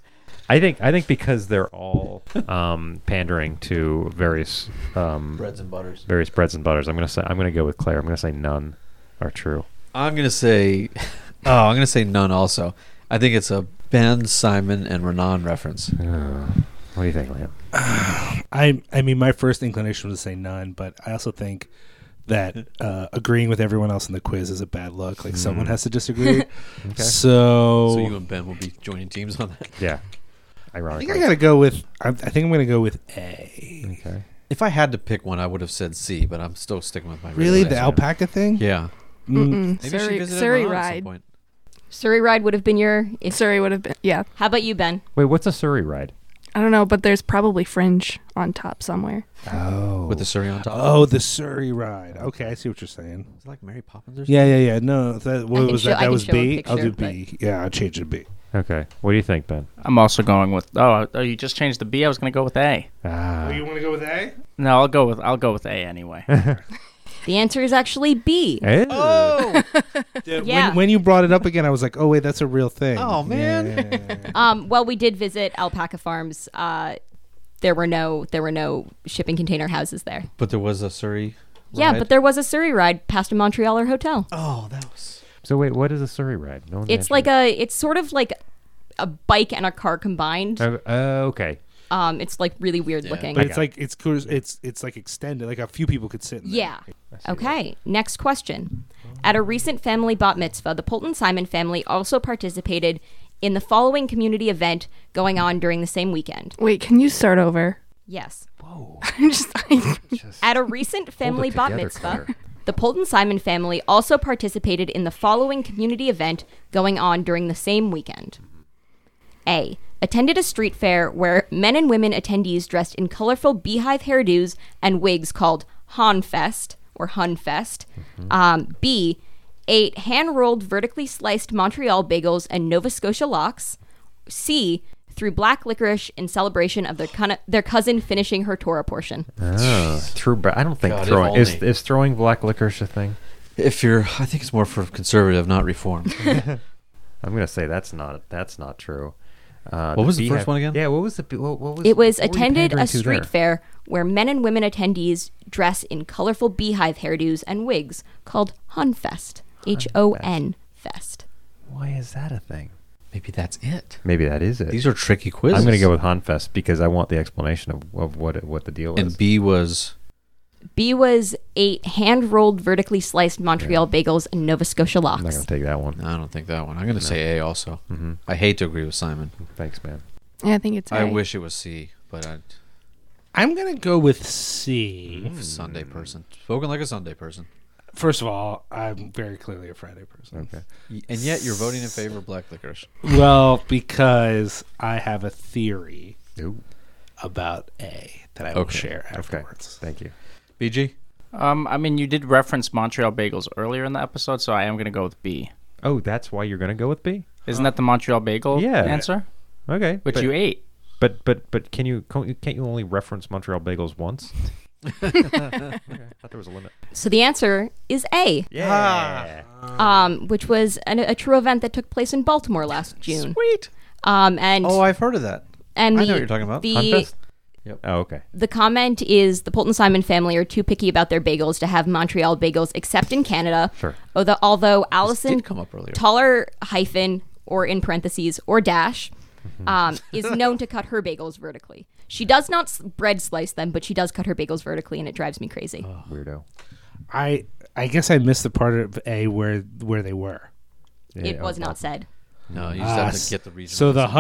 A: I think I think because they're all um, pandering to various um,
B: Breads and butters.
A: various breads and butters. I'm gonna say I'm gonna go with Claire. I'm gonna say none are true.
B: I'm gonna say, (laughs) oh, I'm gonna say none. Also, I think it's a Ben Simon and Renan reference.
A: What do you think, Liam?
C: I I mean, my first inclination was to say none, but I also think that uh, agreeing with everyone else in the quiz is a bad look. Like someone has to (laughs) disagree. Mm-hmm. So,
B: So you and Ben will be joining teams on that.
A: Yeah.
C: I
A: Ironically.
C: think I gotta go with. I, I think I'm gonna go with A.
A: okay.
B: If I had to pick one, I would have said C, but I'm still sticking with my
C: Really,
B: original
C: the
B: answer.
C: alpaca thing?
B: Yeah.
C: Mm,
G: Mm-mm.
B: Maybe she
G: Surrey,
B: visited
G: Surrey
B: Iran at some
G: ride.
B: point.
D: Surrey ride would have been your. If,
G: Surrey would have been. Yeah,
D: how about you, Ben?
A: Wait, what's a Surrey ride?
G: I don't know, but there's probably fringe on top somewhere.
C: Oh.
B: with the Surrey on top.
C: oh, the Surrey ride. Okay, I see what you're saying.
B: It's like Mary Poppins or something.
C: Yeah, yeah, yeah. No, that, what
D: can
C: was
D: show- I
C: that? That
D: can
C: was
D: show a
C: B. I'll do
D: picture,
C: B. Yeah, I'll change it to B.
A: Okay. What do you think, Ben?
F: I'm also going with. Oh, oh, you just changed the B. I was gonna go with A.
A: Ah.
C: want to Oh, go with A?
F: No, I'll go with I'll go with
A: (laughs)
F: A anyway.
D: The answer is actually B.
A: Eh?
D: Yeah.
C: Uh, When, when you brought it up again, I was like, oh, wait, that's a real thing.
B: Oh, man.
C: Yeah, yeah,
D: (laughs)
C: yeah, yeah.
D: Um, well, we did visit alpaca farms. Uh, there were no there were no shipping container houses there.
B: But there was a Surrey.
D: Yeah,
B: ride.
D: but there was a Surrey ride past a Montrealer hotel.
B: Oh, that was.
A: So wait, what is a Surrey ride? No one's
D: it's like a it's sort of like a bike and a car combined.
A: Uh, uh, okay.
D: Um, it's like really weird looking.
C: But it's like it's cur- it's it's like extended. Like a few people could sit. In there.
D: Yeah. Okay. Next question. At a recent family bat mitzvah, the Polton Simon family also participated in the following community event going on during the same weekend.
G: Wait, can you start over? (laughs)
D: Yes.
G: I'm just like,
D: At a recent family bat
A: together,
D: mitzvah,
A: Claire.
D: the Polton Simon family also participated in the following community event going on during the same weekend. A. Attended a street fair where men and women attendees dressed in colorful beehive hairdos and wigs called Hanfest or Hunfest.
A: Mm-hmm.
D: Um, B. Ate hand rolled, vertically sliced Montreal bagels and Nova Scotia locks. C. Threw black licorice in celebration of their, cun- their cousin finishing her Torah portion.
A: Oh, true, but I don't think
B: God, if
A: throwing is,
B: only.
A: is throwing black licorice a thing.
B: If you're, I think it's more for conservative, not reform.
A: I'm gonna say that's not that's not true. Uh,
B: What was the
A: beehive-
B: first one again?
A: Yeah, what was the be- what, what was
D: It was
A: what were you
D: attended
A: pandering
D: a
A: to
D: street
A: there?
D: fair where men and women attendees dress in colorful beehive hairdos and wigs called Honfest. H O N Fest.
A: Why is that a thing?
B: (laughs) Maybe that's it.
A: Maybe that is it.
B: These are tricky quizzes.
A: I'm gonna go with Hanfest because I want the explanation of, of what it, what the deal is.
B: And B was.
D: B was eight hand rolled, vertically sliced Montreal bagels and Nova Scotia
A: I'm not gonna
D: lox.
A: take that one.
B: No, I don't think that one. I'm gonna say A also.
A: Mm-hmm.
B: I hate to agree with Simon.
A: Thanks, man.
G: yeah, I think it's.
B: I
G: A.
B: wish it was C, but I'm
C: I'm gonna go with C.
B: a Sunday person. Spoken like a Sunday person.
C: First of all, I'm very clearly a Friday person.
A: Okay.
B: Y- And yet you're voting in favor of black licorice.
C: (laughs) Well, because I have a theory
A: Ooh,
C: about A that I will
B: Okay.
C: share
A: okay.
C: afterwards.
A: Thank you.
B: BG?
F: um, I mean, you did reference Montreal bagels earlier in the episode, so I am gonna go with B.
A: Oh, that's why you're gonna go with B.
F: Isn't that the Montreal bagel
A: Yeah.
F: answer?
A: Okay.
F: Which
A: but,
F: you ate.
A: But but but can you can't you- can't you only reference Montreal bagels
B: (laughs)
A: once? okay. I thought there was a limit.
D: So the answer is A,
A: Yeah.
B: Ah.
D: um, which was an, a true event that took place in Baltimore last June.
B: Sweet.
D: Um, and
B: Oh, I've heard of that.
D: and
B: I
D: the,
B: know what you're talking about.
D: The,
A: Hanfest?
B: Yep.
A: Oh, okay.
D: The comment is the Polton Simon family are too picky about their bagels to have Montreal bagels except in Canada.
A: Sure.
D: Although, although Allison
B: did come up earlier.
D: Taller hyphen or in parentheses or dash um, is known to cut her bagels vertically. She does not s- bread slice them, but she does cut her bagels vertically, and it drives me crazy.
A: Weirdo.
C: I I guess I missed the part of A where where they were.
D: it
A: Yeah,
D: was
A: oh,
D: not
A: well,
D: said.
B: No, you just
C: Ah,
B: have to
C: s-
B: get the reason.
C: So
B: why
C: the
B: it's-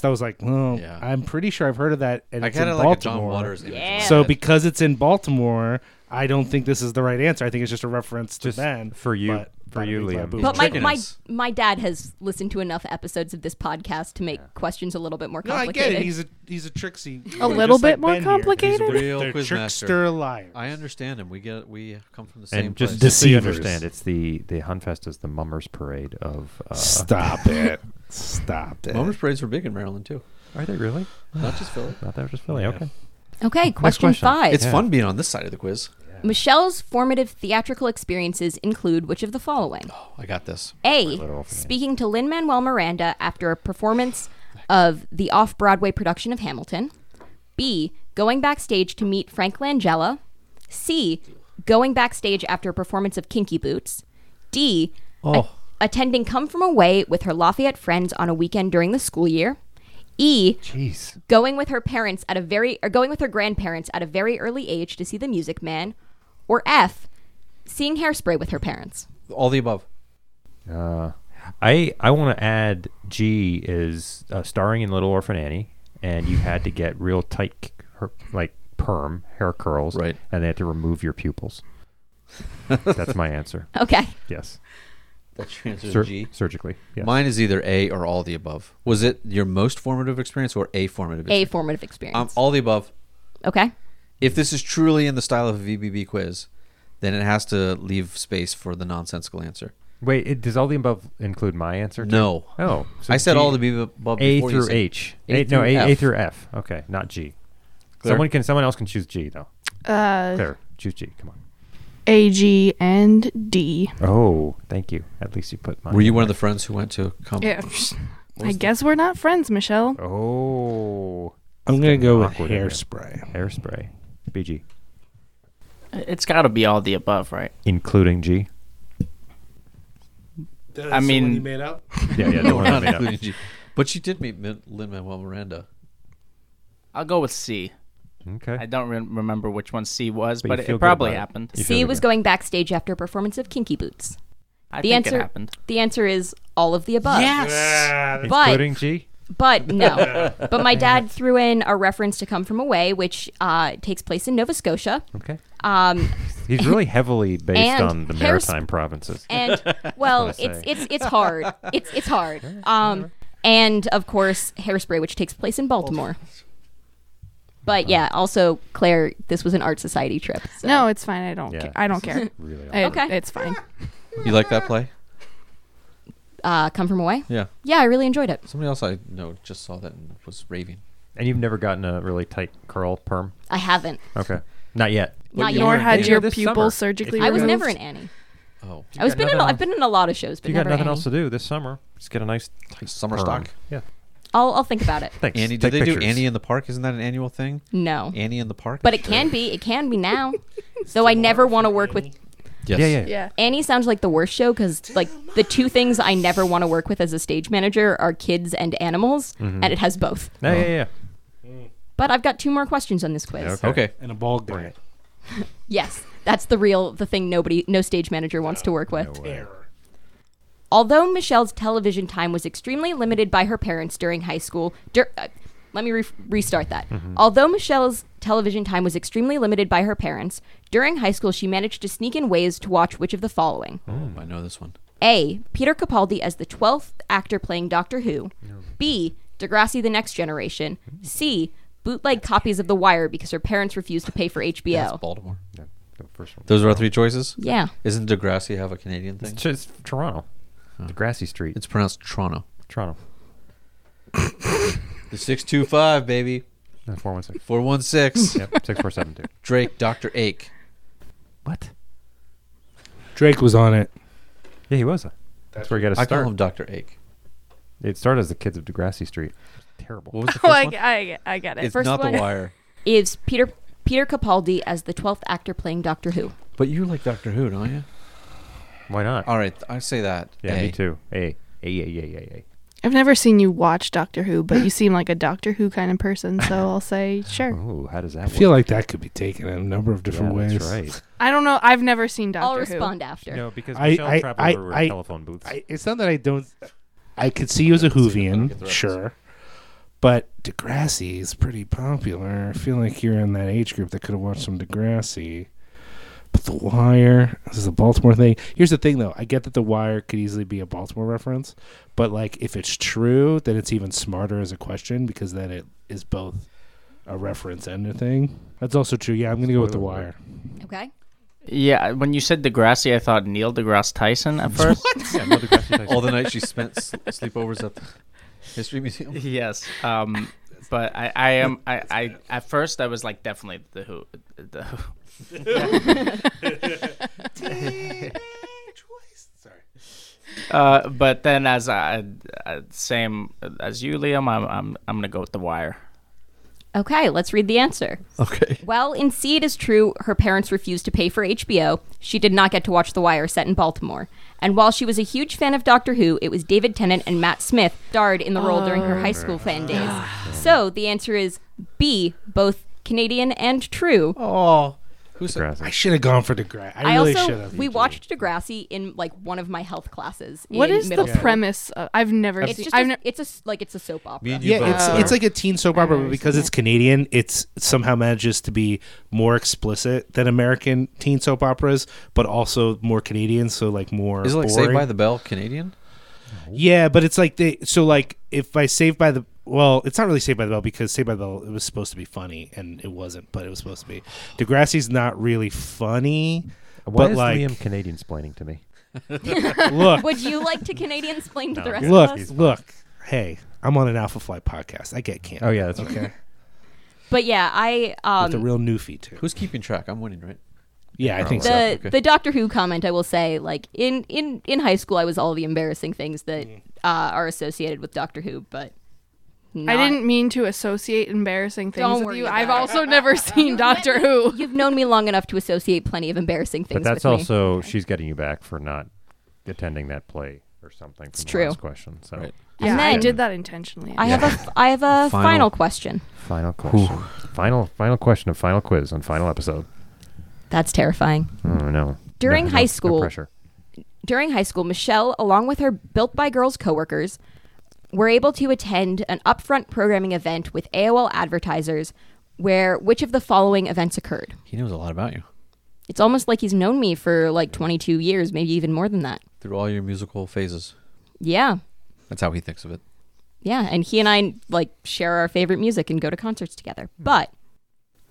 C: Hunfest, I was like, well,
B: Yeah.
C: I'm pretty sure I've heard of that. And
B: I
C: it's in
B: kind of like a John
C: Baltimore.
B: Waters image. in my
D: Yeah.
C: So
B: head.
C: because it's in Baltimore, I don't think this is the right answer. I think it's just a reference to
A: Just
C: Ben.
A: for you-
C: but
A: for
C: bada
A: you,
C: bing, bada
A: Liam.
C: boom.
D: But my,
B: tricking
D: my
B: us.
D: my dad has listened to enough episodes of this podcast to make questions a little bit more
C: no, I
D: complicated.
C: get it. He's a he's a tricksy.
G: A little
C: just like
G: bit more
C: Ben here.
G: complicated?
C: He's a
B: Real
C: they're
B: quiz master.
C: trickster liar.
B: I understand him. We get we come from the same
A: And
B: place.
A: just, just so you
C: Deceivers.
A: understand, it's the the Hunfest is the Mummers Parade of. Uh,
C: Stop it. Stop it.
B: Moments parades were big in Maryland too,
A: are they really?
B: not
A: (sighs)
B: just Philly.
A: Not that just Philly. Okay.
D: Okay, question,
A: question.
D: five.
B: It's fun being on this side of the quiz.
D: Michelle's formative theatrical experiences include which of the following?
B: Oh, I got this.
D: A. Speaking to Lin Manuel Miranda after a performance of the off Broadway production of Hamilton. B. Going backstage to meet Frank Langella. C. Going backstage after a performance of Kinky Boots. D. a-
B: Oh.
D: attending Come From Away with her Lafayette friends on a weekend during the school year. E.
A: Jeez.
D: Going with her parents at a very or going with her grandparents at a very early age to see the Music Man. Or F. seeing hairspray with her parents.
B: All the above.
A: Uh, I I want to add G is uh, starring in Little Orphan Annie, and you had to get real tight, c- her, like perm hair curls,
B: Right.
A: And they had to remove your
B: (laughs)
A: pupils. That's my answer.
D: Okay.
A: Yes,
B: That's your answer,
A: Sur- surgically. Yes.
B: Mine is either A or all the above. Was it your most formative experience or a formative
D: A
B: experience?
D: formative
B: Um,
D: experience.
B: all the above.
D: okay.
B: If this is truly in the style of a VBB quiz, then it has to leave space for the nonsensical answer.
A: Wait, it, does all the above include my answer? too?
B: No.
A: Oh, so
B: I said
A: G-
B: all the above before
A: A
B: you
A: through
B: said-
A: H.
B: A
A: A, no,
B: through
A: A, A
B: F.
A: through F. Okay, not G.
B: Clear?
A: Someone can. Someone else can choose G though.
G: Uh,
A: There, choose G. Come on.
G: A, G, and D.
A: Oh, thank you. At least you put mine.
B: Were you
A: in
B: one of the friends who went to come?
G: Yeah. (laughs) I guess we're not friends, Michelle.
A: there. Oh,
C: I'm gonna go with
A: awkward in here.
C: hairspray.
A: hairspray. BG,
F: It's got to be all the above, right?
A: including G.
F: I mean-
E: you made up.
A: Yeah, yeah.
B: No,
A: Don't
B: we're
A: worry
B: not (laughs)
A: about it. (laughs)
B: including you. But you did meet Lin Manuel Miranda.
F: I'll go with C. I
A: Okay.
F: don't re- remember which one C was,
A: But you
F: but, it,
A: feel
F: it
A: good
F: probably
A: about it.
F: happened.
A: You
D: C
A: feel
D: was
A: good.
D: going backstage after a performance of Kinky Boots.
F: I
D: The
F: think
D: answer-
F: it happened.
D: The answer is all of the above.
C: (laughs)
D: But
A: Including G.
D: but no. but my dad threw in a reference to Come From Away, which uh, takes place in Nova Scotia.
A: Okay.
D: Um,
A: He's
D: (laughs)
A: really heavily based
D: and
A: on the
D: hairsp-
A: maritime provinces.
D: and
A: (laughs)
D: well,
A: That's what I
D: it's
A: say.
D: it's it's hard. It's it's hard. Um, and of course, Hairspray, which takes place in Baltimore. But yeah, also Claire, this was an art society trip. so-
G: No, it's fine. I don't.
A: Yeah,
G: Care. I don't
A: this
G: care.
A: Really.
G: It-
D: Okay.
G: it's fine.
B: You like that play?
D: uh, Come From Away.
B: Yeah.
D: Yeah, I really enjoyed it.
B: Somebody else I know just saw that and was raving.
A: And you've never gotten a really tight curl perm.
D: I haven't.
A: Okay. Not yet.
D: Not
B: you
D: yet.
B: were
G: Nor
B: an
G: had
B: idiot
G: your
A: this
G: pupil
A: summer.
G: surgically
A: If you
D: I was
G: removed.
D: never
A: (laughs)
D: an Annie.
B: Oh,
D: I was
A: got
D: been in. A,
A: nothing
D: I've
A: else-
D: been in a lot of shows, but
A: You got
D: never
A: nothing
D: Annie.
A: else to do this summer. Just get a nice tight
B: summer
A: perm.
B: stock.
A: Yeah.
D: I'll I'll
A: (laughs)
D: think about it.
A: Thanks.
B: Annie, do
A: Take
B: they do
A: pictures.
B: Annie in the Park? Isn't that an annual thing?
D: No.
B: Annie in the Park?
D: But it can be. It can
A: (laughs)
D: be now. Though I never want to work with
B: Yes.
A: Yeah, yeah.
G: Yeah.
D: Annie. Sounds like the worst show because like the two things I never want to work with as a stage manager are kids and animals,
A: Mm-hmm.
D: and it has both.
A: No, yeah, yeah.
D: But I've got two more questions on this quiz.
A: Yeah, okay.
B: Okay.
C: And a bald guy.
D: Yes, that's the real the thing. Nobody, no stage manager wants to work with.
A: No way.
C: Error.
D: Although Michelle's television time was extremely limited by her parents during high school, dur- uh, let me re- restart that.
A: Mm-hmm.
D: Although Michelle's television time was extremely limited by her parents, during high school she managed to sneak in ways to watch which of the following
B: Oh, I know this one.
D: A. Peter Capaldi as the 12th actor playing Doctor Who, B. Degrassi The Next Generation, C. Bootleg copies of The Wire because her parents refused to pay for
B: That's
D: HBO.
B: Baltimore.
A: Yeah, the first one.
B: Those are our three choices?
D: Yeah.
B: Isn't Degrassi have a Canadian
A: It's
B: thing?
A: just Toronto. Degrassi Street.
B: It's pronounced Toronto.
A: Toronto.
B: The 625, baby.
A: No, (laughs) 416.
B: (laughs) 416.
A: yep, 6472.
B: Drake, Dr. Ake.
A: What?
C: Drake was on it.
A: Yeah, he was. That's where you got to
B: I call
A: start.
B: him Dr. Ake.
A: It started as the kids of Degrassi Street. Terrible.
B: What was
D: (laughs)
B: the
G: Oh,
B: first
G: I,
B: one?
G: I, I got it.
B: It's
D: first
B: not
D: one.
B: The Wire.
D: Is Peter Peter Capaldi as the 12th actor playing Doctor Who?
B: But you like Doctor Who, don't you?
A: Why not?
B: All right, I say that.
A: yeah,
B: A.
A: me too. Uh, A. A, A, A, A, A.
G: I've never seen you watch Doctor Who, but you seem like a Doctor Who kind of person,
A: (laughs)
G: so I'll say sure.
A: Ooh, how does that
C: I
A: work?
C: feel like that could be taken in a number of
A: yeah,
C: different ways.
A: that's
C: (laughs)
A: right.
G: I don't know. I've never seen Doctor
D: I'll
G: Who.
D: respond after.
A: No, because
C: I-
A: Michelle
C: I-
A: traveled
C: I-
A: over
C: I-
A: telephone booths.
C: I, it's not that I don't. I could see you as a Hoovian, sure, but Degrassi is pretty popular. I feel like you're in that age group that could have watched some Degrassi. But The Wire, this is a Baltimore thing. Here's the thing, though. I get that The Wire could easily be a Baltimore reference, but like if it's true, then it's even smarter as a question because then it is both a reference and a thing. That's also true. Yeah, I'm gonna go with The Wire.
D: Okay.
F: Yeah, when you said Degrassi, I thought Neil deGrasse Tyson
A: (laughs)
F: at first.
A: yeah, no Degrassi Tyson.
B: (laughs) All the nights she spent s- sleepovers at the History Museum.
F: Yes. Um, but I, I am. I, I at first I was like definitely the who.
A: (laughs)
F: The who. Uh, but then as I, I uh, same as you, Liam, I'm I'm I'm gonna go with the wire.
D: Okay, let's read the answer.
B: Okay.
D: Well, in C, it is true her parents refused to pay for HBO. She did not get to watch The Wire set in Baltimore. And while she was a huge fan of Doctor Who, it was David Tennant and Matt Smith starred in the role during her high school fan days.
C: Oh.
D: So the answer is B, both Canadian and true.
B: Oh, Who said?
A: Degrassi.
C: I should have gone for DeGrasse. I,
D: I
C: really should
D: also
C: have.
D: we watched Degrassi in like one of my health classes.
G: What
D: in
G: is the
D: middle school.
G: premise? Of, I've never
D: It's
G: seen.
D: just
G: I've
D: a,
G: never.
D: it's a s- like it's a soap opera.
B: Me and you
C: Yeah,
B: both.
C: it's
B: are-
C: it's like a teen soap opera, but
D: I've
C: because
D: seen
C: it's Canadian, it's it somehow manages to be more explicit than American teen soap operas, but also more Canadian, so like more.
B: Is it like
C: boring.
B: Saved by the Bell Canadian?
C: Yeah, but it's like they. So like if I Saved by the well, it's not really Saved by the Bell because Saved by the Bell it was supposed to be funny and it wasn't, but it was supposed to be. Degrassi's not really funny,
A: Why
C: but
A: is
C: like
A: Liam Canadian explaining to me?
C: (laughs) look,
D: Would you like to
C: (laughs)
D: Canadian explain to the rest
C: look,
D: of us?
C: look. Hey, I'm on an Alpha Flight podcast. I get candy.
A: Oh yeah, that's
C: okay.
D: But yeah, I
C: With the
D: um
C: real newfie too.
B: Who's keeping track? I'm winning, right?
C: Yeah, I think
D: the
C: so.
B: okay.
D: the Doctor Who comment I will say like in in in high school I was all the embarrassing things that
A: Mm.
D: uh, are associated with Doctor Who, but
G: I
D: not-
G: didn't mean to associate embarrassing things
D: Don't
G: with
D: worry
G: you.
D: about
G: I've
D: it. (laughs)
G: also never seen Doctor Who.
D: (laughs) You've known me long enough to associate plenty of embarrassing things.
A: But that's
D: with me.
A: also she's getting you back for not attending that play or something. It's
D: true.
A: Last question. So
B: Right.
G: Yeah,
D: And
G: I
D: then-
G: did that intentionally.
D: I have a f- I have a final,
B: Final.
D: question.
A: final question. Final final question of final quiz on final episode.
D: That's terrifying.
A: Oh no.
D: During
A: No-
D: high
A: no- no
D: school-
A: pressure.
D: During high school, Michelle, along with her Built by Girls coworkers, were able to attend an upfront programming event with AOL advertisers where which of the following events occurred.
B: He knows a lot about you
D: It's almost like he's known me for like 22 years, maybe even more than that.
B: through all your musical phases.
D: Yeah.
B: That's how he thinks of it.
D: Yeah, and he and I like share our favorite music and go to concerts together. But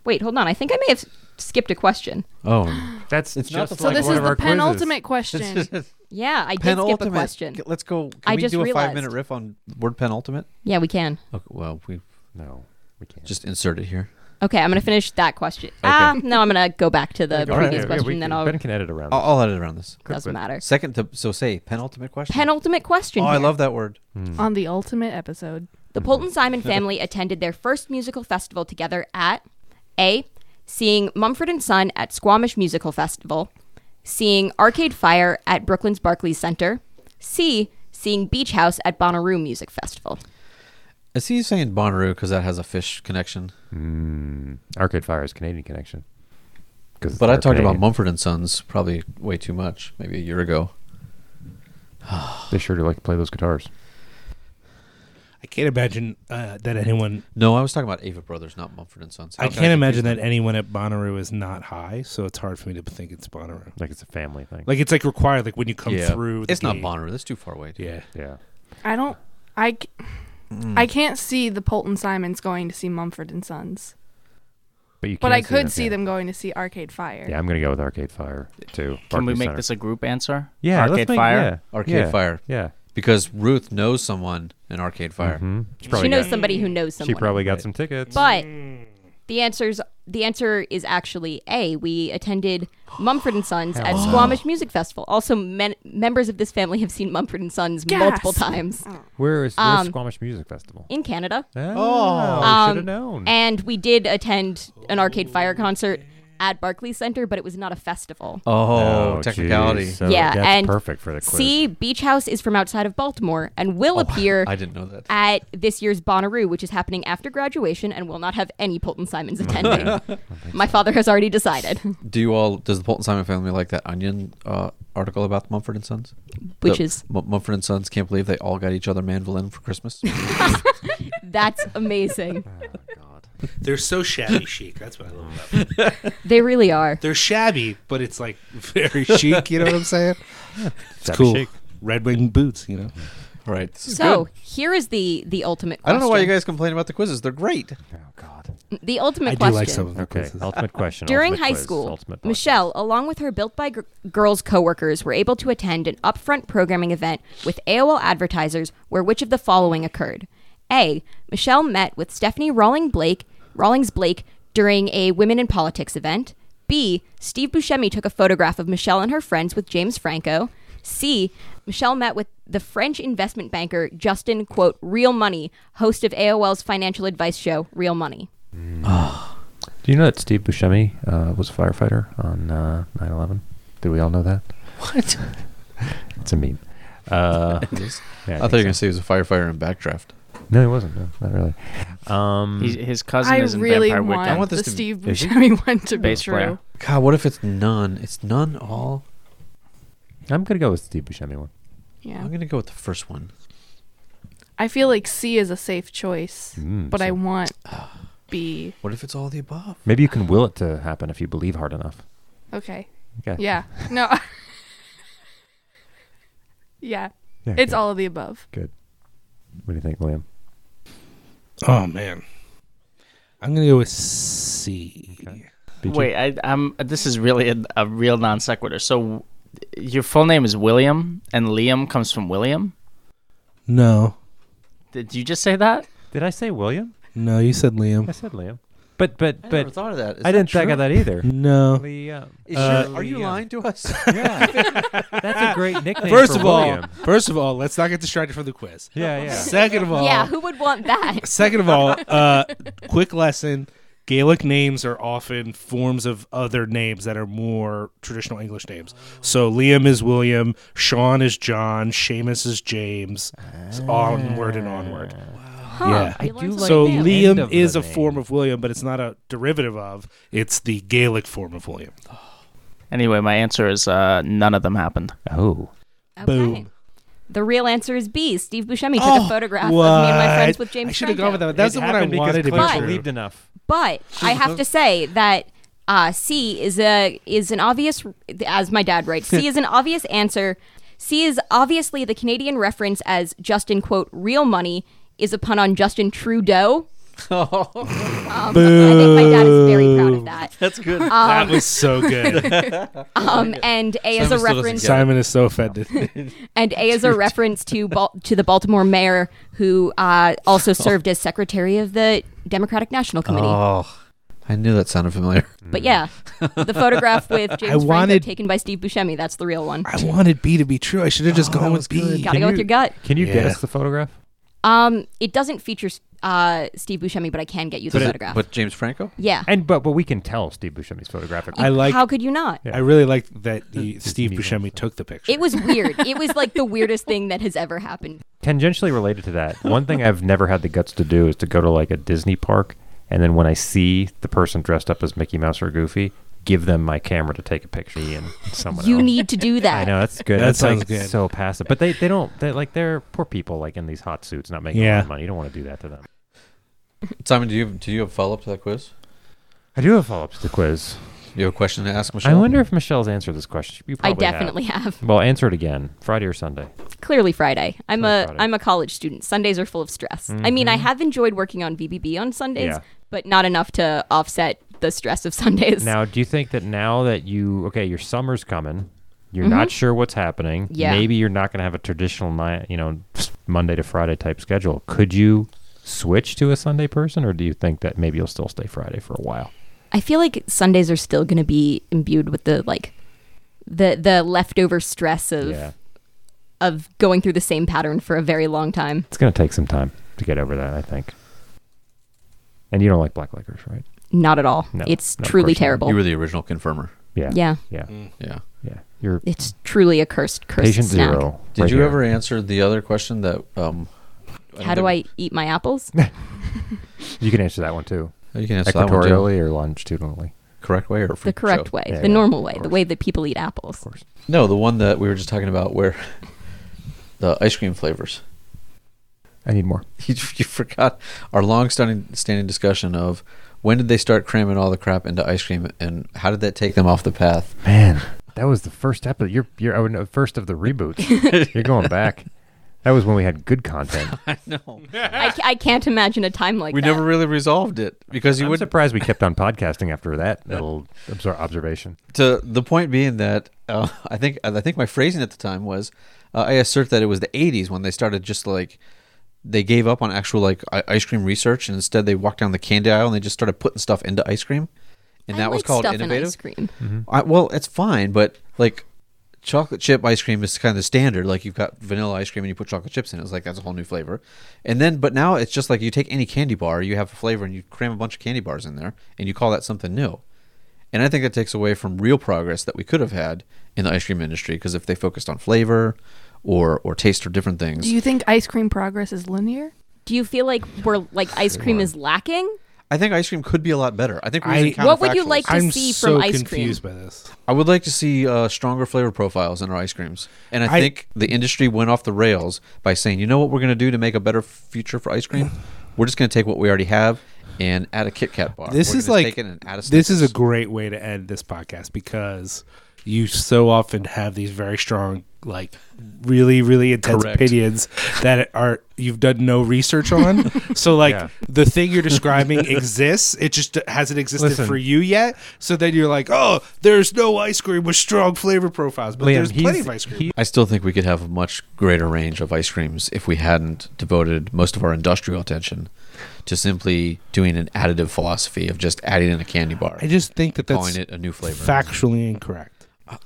D: wait, hold on. I think I may have s- skipped a question.
B: (laughs) Oh,
D: Ah,
A: That's
B: It's not
A: just
B: the
A: like
G: so this
A: one
G: is
A: of
G: the
A: our quizzes. (laughs)
G: penultimate question.
D: Yeah, I did skip a
B: penultimate.
D: question.
B: G- Let's go. Can
D: I
B: we
D: just
B: do a
D: realized.
B: five-minute riff on word penultimate?
D: Yeah, we can.
B: Okay, well, we
A: No, we can't.
B: just insert it here.
D: Okay, I'm gonna finish that question. Ah, no, I'm gonna go back to the
A: All right,
D: previous
A: yeah,
D: question.
A: we-
D: then I'll
A: Ben can edit around.
B: I'll, I'll edit around this.
D: doesn't matter.
B: Second to so say penultimate question.
D: Penultimate question.
B: Oh, I
D: here.
B: love that word.
A: Hmm.
G: On the ultimate episode,
D: The
A: Mm-hmm. (laughs)
D: Polton Simon family attended their first musical festival together at A. Seeing Mumford and Son at Squamish Musical Festival, seeing Arcade Fire at Brooklyn's Barclays Center, C. Seeing Beach House at Bonnaroo Music Festival.
B: I see you saying Bonnaroo because that has a fish connection.
A: Arcade Fire is Canadian connection. 'Cause
B: But I
A: they're
B: talked about
A: Canadian.
B: Mumford and Sons probably way too much, maybe a year ago.
A: They sure do like to play those guitars.
C: I can't imagine uh, that anyone.
B: No, I was talking about Ava Brothers, not Mumford and Sons. How
C: I
B: can
C: can't
B: confuse
C: imagine
B: them?
C: that anyone at Bonnaroo is not high, so it's hard for me to think it's Bonnaroo.
A: Like it's a family thing.
C: Like it's like required, like when you come
B: Yeah.
C: through. the
B: It's not
C: gate.
B: Bonnaroo. That's too far away.
C: Yeah,
A: yeah.
G: I don't. I. c- I can't see the Polton Simons going to see Mumford and Sons,
A: But you
G: but
A: can
G: I could see
A: yeah.
G: them going to see Arcade Fire.
A: Yeah, I'm gonna go with Arcade Fire too.
F: Can we
A: Barclays
F: make
A: Center.
F: this a group answer?
A: yeah, let's
F: Arcade
A: make-
F: Fire.
A: Yeah,
B: Arcade
A: yeah,
B: Fire.
A: Yeah.
B: Because Ruth knows someone in Arcade Fire.
C: Mm-hmm.
A: Mhm. She
D: She
A: probably
D: knows
A: got,
D: somebody who knows someone.
A: she probably got some tickets.
D: But the answers the answer is actually A. We attended Mumford and Sons at Squamish Music Festival. Also, men, members of this family have seen Mumford and Sons multiple
G: Gasp.
D: times
A: Where is where's
D: Um,
A: Squamish Music Festival?
D: in Canada.
A: Oh,
D: Um,
A: should have known.
D: And we did attend an Arcade Fire concert at Barclays Center, but it was not a festival.
B: Oh,
A: geez,
B: technicality.
A: so
D: Yeah,
A: that's
D: and
A: perfect for the quiz. (laughs)
D: C. Beach House is from outside of Baltimore and will appear
B: Oh, I didn't know that.
D: at this year's Bonnaroo, which is happening after graduation and will not have any Polton Simons
A: Oh,
B: (laughs)
D: attending. My father has already decided,
B: Do you all? Does the Polton Simon family like that Onion uh, article about Mumford and Sons?
D: which
B: The
D: is
B: Mu- Mumford and Sons can't believe they all got each other mandolin for
D: (laughs)
B: Christmas.
D: that's amazing.
A: Oh,
C: they're so shabby chic. That's what I love. about them.
D: They really are.
C: They're shabby, but
A: (laughs)
C: it's like very chic. You know what I'm saying? It's
A: Shabby
C: cool.
A: chic.
C: Red wing boots. You know.
B: right. This is
D: So
B: good.
D: here is the the ultimate.
B: I
D: Question.
B: don't know why you guys complain about the quizzes. They're great.
A: oh God.
D: The ultimate
C: I
D: question.
C: do like some of the
A: Okay.
C: quizzes.
A: ultimate question.
D: During
A: ultimate
D: high
A: quiz,
D: school,
A: ultimate podcast.
D: Michelle, along with her Built by Gr- Girls coworkers, were able to attend an upfront programming event with AOL advertisers where which of the following occurred? A. Michelle met with Stephanie Rawling Blake, Rawlings Blake during a Women in Politics event. B. Steve Buscemi took a photograph of Michelle and her friends with James Franco. C. Michelle met with the French investment banker Justin, quote, Real Money, host of AOL's financial advice show, Real Money.
A: Do you know that Steve Buscemi uh, was a firefighter on uh, 9/11? Do we all know that?
B: What?
A: (laughs) It's a meme. Uh,
B: I,
A: yeah,
B: thought you were going to say he was a firefighter in Backdraft.
A: No, he wasn't. No, not really. Um,
F: He's, his cousin
G: I
F: is in
G: really
F: Vampire
G: want,
F: Weekend.
B: I want this to
G: the
B: be-
G: Steve
B: Is it?
G: Buscemi (laughs) one to be
F: Bass
G: true.
F: player.
B: God, what if it's none? It's none all.
A: I'm gonna go with Steve Buscemi one.
G: Yeah,
B: I'm gonna go with the first one.
G: I feel like C is a safe choice,
A: Mm,
G: but I
A: so-
G: want B.
B: What if it's all the above?
A: Maybe you can will it to happen if you believe hard enough.
G: Okay.
A: Okay.
G: Yeah. No. yeah.
A: Yeah,
G: It's
A: good.
G: all of the above.
A: What do you think, William?
C: Oh man, I'm gonna go with C.
A: BG?
F: Wait, I, I'm. This is really a, a real non sequitur. So, your full name is William, and Liam comes from William.
C: No,
F: Did you just say that?
A: Did I say William?
C: no, you said
A: I
C: Liam.
A: said Liam. But but
B: I never
A: but
B: thought of that. Is
A: I
B: that
A: didn't think
B: true?
A: of that
C: (laughs)
A: either.
C: No,
A: Liam.
B: Is
C: Uh,
B: your- are you
A: Liam.
B: lying to us?
A: Yeah, that's a great nickname.
C: First
A: for
C: of all,
A: William.
C: first of all, let's not get distracted from the quiz.
A: (laughs) yeah, yeah.
C: Second of all,
D: Yeah, (laughs) who would want that?
C: second of all, uh, quick lesson: Gaelic names are often forms of other names that are more traditional English names. So Liam is William, Sean is John, Seamus is James. It's onward and onward.
D: Huh,
A: Yeah.
D: you
A: I
D: learn
A: do
D: something
A: like
C: so
A: the
D: new.
A: end
C: Liam
A: of
C: is
A: the
C: a
A: name.
C: form of William, but it's not a derivative of. It's the Gaelic form of William.
F: Anyway, my answer is uh, none of them happened.
A: Oh,
D: Okay.
C: Boom.
D: The real answer is B. Steve Buscemi took a
C: Oh,
D: photograph of me and my friends
C: what?
D: with James.
C: I should have
D: Franco.
C: gone with that. That's
A: It
C: the one I
A: happened because
C: wanted to
A: Clint
C: be true.
A: believed enough.
D: But I have to say that uh, C is a is an obvious, as my dad
C: (laughs)
D: writes, C is an obvious answer. C is obviously the Canadian reference as Justin quote real money is a pun on
C: (laughs)
D: Justin Trudeau. um, I think my dad is very proud of that.
B: That's good.
C: that was
A: (laughs)
C: so good. (laughs)
D: Um, and A is
B: Simon still
D: a
B: doesn't
D: reference
B: get it.
C: Simon is so offended.
D: and A is a reference to Bal- to the Baltimore mayor who uh,
A: Oh.
D: also served as secretary of the Democratic National Committee.
B: oh, (laughs) I knew that sounded familiar.
D: But yeah, the
A: (laughs)
D: photograph with James Franco
C: wanted-
D: taken by Steve Buscemi, that's the real one.
C: I wanted B to be true. I should have
D: Oh,
C: just gone with B.
D: Gotta go with your gut.
A: Can you
C: Yeah.
A: guess the photograph?
D: Um, it doesn't feature uh, Steve Buscemi, but I can get you the
B: But,
D: photograph.
B: but James Franco?
D: yeah.
A: And but but we can tell Steve Buscemi's photographic.
C: I like.
D: How could you not?
A: Yeah.
C: I really liked that he, Steve
A: neat
C: Buscemi took the picture.
D: It was weird. it was like the weirdest thing that has ever happened.
A: tangentially related to that, one thing I've never had the guts to do is to go to like a Disney park, and then when I see the person dressed up as Mickey Mouse or Goofy, give them my camera to take a picture of me and (laughs) someone.
D: You
A: else.
D: need to do that.
A: (laughs) I know that's good.
C: That
A: that's
C: sounds
A: like
C: good.
A: so passive, but they they don't. They like they're poor people, like in these hot suits, not making a lot
C: Yeah.
A: of money. You don't want to do that to them.
B: Simon, do you do you have follow up to that quiz?
A: I do have follow ups to the quiz.
B: You have a question to ask Michelle?
A: I wonder if Michelle's answered this question. You
D: I
A: probably have.
D: definitely have.
A: Well, answer it again, Friday or Sunday.
D: Clearly Friday. I'm
A: Clearly
D: a
A: Friday. Mm-hmm.
D: am a college student. Sundays are full of stress. I mean, I have enjoyed working on VBB on Sundays,
A: Yeah.
D: but not enough to offset the stress of (laughs) Sundays.
A: Now, do you think that now that you okay, your summer's coming, you're not sure what's happening.
D: Mm-hmm. Yeah.
A: Maybe you're not going to have a traditional night, you know, Monday to Friday type schedule. Could you switch to a Sunday person, or do you think that maybe you'll still stay Friday for a while?
D: I feel like Sundays are still going to be imbued with the like the the leftover stress of
A: Yeah,
D: of going through the same pattern for a very long time.
A: it's going to take some time to get over that, I think. And you don't like black liquors, right?
D: Not at all.
A: No,
D: it's
A: no, of
D: truly
A: course not.
D: terrible.
B: you were the original confirmer.
A: Yeah,
D: yeah,
A: yeah,
B: Yeah.
A: yeah. You're
D: it's truly a cursed cursed
A: patient
D: snack.
A: zero.
B: Did
A: right
B: you
A: here.
B: ever answer the other question that? Um,
D: How do I eat
A: (laughs)
D: my apples?
A: You can answer that one too,
B: Oh, You can answer that one too.
A: equatorially or longitudinally.
B: correct way or
D: the
B: from
D: correct
B: Joe?
D: way,
A: Yeah,
D: the
A: yeah,
D: normal way,
A: of
D: the
A: course.
D: way that people eat apples.
A: course.
B: No, the one that we were just talking about where (laughs) the ice cream flavors.
A: I need more.
B: (laughs) You, you forgot our long-standing standing discussion of when did they start cramming all the crap into ice cream and how did that take them off the path?
A: Man, that was the first episode. You're you're oh, no, first of the (laughs) reboots. you're going back. That was when we had good (laughs) content.
B: I
D: (laughs)
B: know.
D: I, ca- I can't imagine a time like
B: we
D: that.
B: never really resolved it because you
A: I'm
B: would
A: surprised we kept on podcasting after that little absor- observation.
B: to the point being that uh, (laughs) I think I think my phrasing at the time was uh, I assert that it was the 80s when they started just like they gave up on actual like i- ice cream research and instead they walked down the candy aisle and they just started putting stuff into ice cream and
D: I
B: that was
D: like
B: called
D: stuff in
B: innovative.
D: ice cream.
B: I, well, it's fine, but like chocolate chip ice cream is kind of standard. Like you've got vanilla ice cream and you put chocolate chips in. it. It's like that's a whole new flavor. And then, but now it's just like you take any candy bar, you have a flavor, and you cram a bunch of candy bars in there, and you call that something new. And I think that takes away from real progress that we could have had in the ice cream industry because if they focused on flavor or or taste or different things,
G: Do you think ice cream progress is linear?
D: Do you feel like we're like ice cream is lacking?
B: I think ice cream could be a lot better. I think we're
C: I-
B: using
D: What would you
B: counterfactuals.
D: like to
C: I'm
D: see
C: so
D: from ice
C: confused
D: cream?
C: by this.
B: I would like to see uh, stronger flavor profiles in our ice creams. And I,
C: I-
B: think the industry went off the rails by saying, you know what we're going to do to make a better future for ice
C: (sighs)
B: cream? We're just going to take what we already have and add a Kit Kat bar.
C: This
B: We're
C: is
B: gonna
C: like
B: take it and add a
C: this is a
B: Snickers."
C: great way to end this podcast because you so often have these very strong, like really, really intense
B: Correct.
C: opinions that are you've done no
B: (laughs)
C: research on. so like
A: Yeah.
C: the thing you're describing exists, it just hasn't existed
A: Listen.
C: for you yet. So then you're like, oh, there's no ice cream with strong flavor profiles, but
A: Liam,
C: there's plenty
A: he's-
C: of ice cream.
A: he-
B: I still think we could have a much greater range of ice creams if we hadn't devoted most of our industrial attention to simply doing an additive philosophy of just adding in a candy bar.
C: I just think that that's
B: calling it a new flavor.
C: factually incorrect.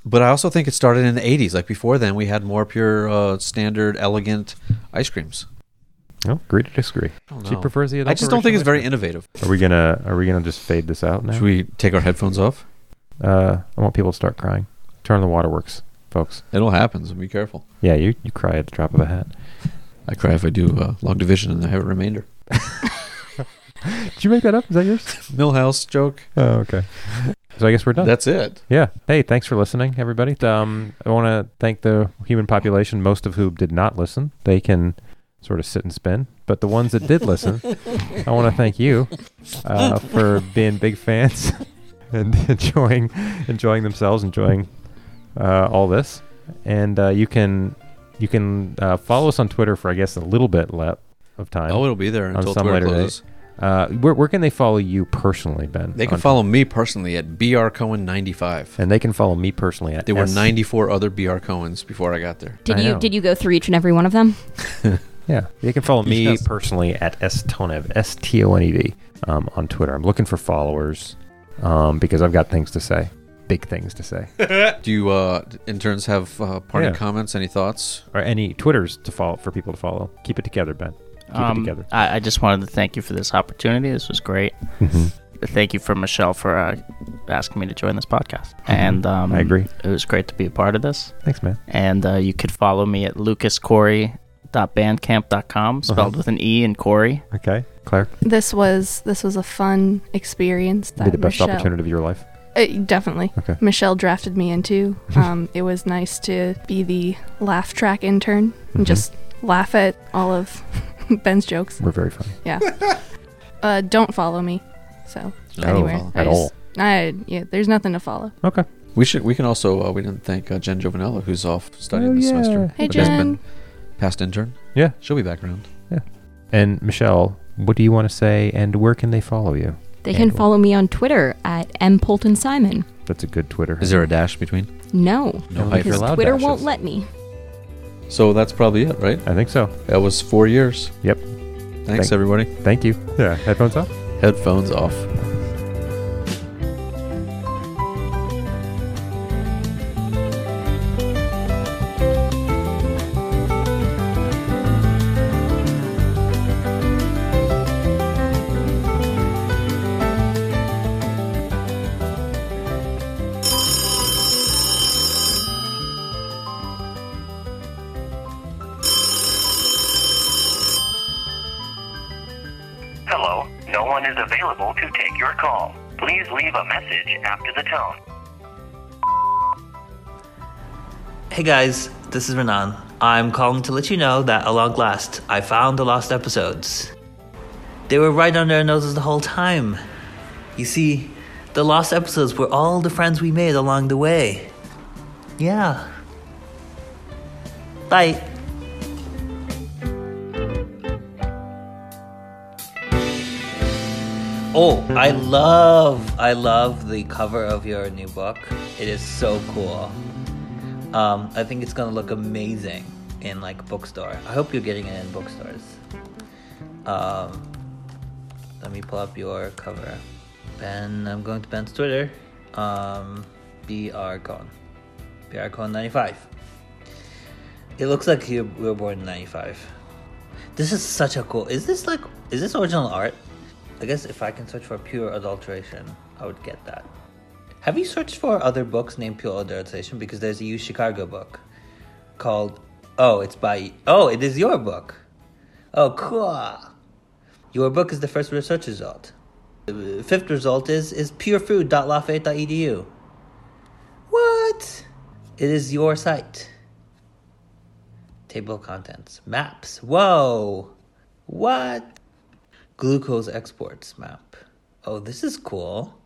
B: But I also think it started in the 80s. Like before then, we had more pure, uh, standard, elegant ice creams.
A: No, agree to disagree.
B: I don't
A: She
B: know.
A: prefers the.
B: I just don't think it's very
A: adulteration.
B: innovative.
A: Are we gonna Are we gonna just fade this out now?
B: Should we take our headphones off?
A: Uh, I want people to start crying. Turn on the waterworks, folks.
B: It all happens. and Be careful.
A: Yeah, you you cry at the drop of a hat.
B: I cry if I do uh, long division and I have a remainder.
A: Did you make that up? Is that yours?
B: Millhouse joke.
A: Oh, okay. So I guess we're done.
B: That's it.
A: yeah. Hey, thanks for listening, everybody. Um, I want to thank the human population, most of whom did not listen. They can sort of sit and spin, but the ones that did
B: (laughs)
A: listen, I want to thank you uh, for being big fans (laughs) and enjoying enjoying themselves, enjoying uh, all this. And uh, you can you can uh, follow us on Twitter for I guess a little bit le- of time.
B: Oh, it'll be there
A: On
B: until
A: some
B: Twitter
A: later
B: closes.
A: Uh, where, where can they follow you personally, Ben?
B: They can
A: On-
B: follow me personally at BR Cohen 95.
A: and they can follow me personally at
B: There were
A: S-
B: 94 other BR Cohens before I
A: (laughs)
B: got there.
D: Did
A: I
D: you
A: know.
D: did you go through each and every one of them?
A: Yeah, they can follow me
B: Yes.
A: personally at stoned, s t o n e d, um, on Twitter. I'm looking for followers um, because I've got things to say, big things to say,
B: Do you uh, interns have uh, party
A: Yeah.
B: comments? Any thoughts?
A: (laughs) or any Twitters to follow for people to follow. Keep it together, Ben. Keep it together.
F: Um, I, I just wanted to thank you for this opportunity. This was great.
A: Mm-hmm.
F: Thank you for Michelle for uh, asking me to join this podcast. And um,
A: Mm-hmm. I agree.
F: It was great to be a part of this.
A: Thanks, man.
F: And uh, you could follow me at lucascorey.bandcamp.com, spelled
A: Uh-huh.
F: with an E and Corey.
A: Okay, Claire,
G: This was this was a fun experience that
A: be the best
G: Michelle,
A: opportunity of your life.
G: Uh, definitely.
A: Okay.
G: Michelle drafted me into. Um, it was nice to be the laugh track intern and
A: Mhm.
G: just laugh at all of (laughs) Ben's jokes.
A: We're very funny.
G: Uh, don't follow me. So
B: No,
G: anywhere
B: follow.
G: I
A: At
G: just-
A: all.
G: I yeah, there's nothing to follow.
A: Oh, Okay.
B: We should. We can also. Uh, we didn't thank uh, Jen Giovanella, who's off studying
A: Oh,
B: this
A: yeah.
B: semester.
G: Hey
B: but has
G: Jen,
B: been past intern.
A: Yeah.
B: she'll be back around.
A: And Michelle, what do you want to say, and where can they follow you?
D: They can
A: Handle.
D: follow me on Twitter at mpoltonsimon.
A: That's a good Twitter.
B: Is there a dash between?
D: No,
A: No,
B: hyphen.
A: you're
D: because
A: allowed
D: Twitter
A: dashes.
D: won't let me.
B: So that's probably it, right?
A: I think so.
B: That was four years.
A: Yep.
B: Thanks,
A: Thank-
B: everybody.
A: Thank you. Yeah. Headphones up.
B: Headphones off.
H: Hello, no one is available to take your call. Please leave a message after the tone.
I: Hey guys, this is Renan. I'm calling to let you know that along last, I found the lost episodes. They were right under our noses the whole time. You see, the lost episodes were all the friends we made along the way. Yeah. Bye. Oh, I love, I love the cover of your new book. It is so cool. Um, I think it's gonna look amazing in like bookstore. I hope you're getting it in bookstores. Um, let me pull up your cover. Ben, I'm going to Ben's Twitter. Um, BR Cone. BR Cone 95. It looks like you you were born in 95. This is such a cool. Is this like, is this original art? I guess if I can search for pure adulteration, I would get that. Have you searched for other books named Pure Adulteration? Because there's a U Chicago book called Oh, it's by Oh, it is your book. Oh, cool. Your book is the first research result. The fifth result is is purefood.lafayette.edu. What? It is your site. Table of contents, maps. Whoa, what? Glucose exports map. Oh, this is cool.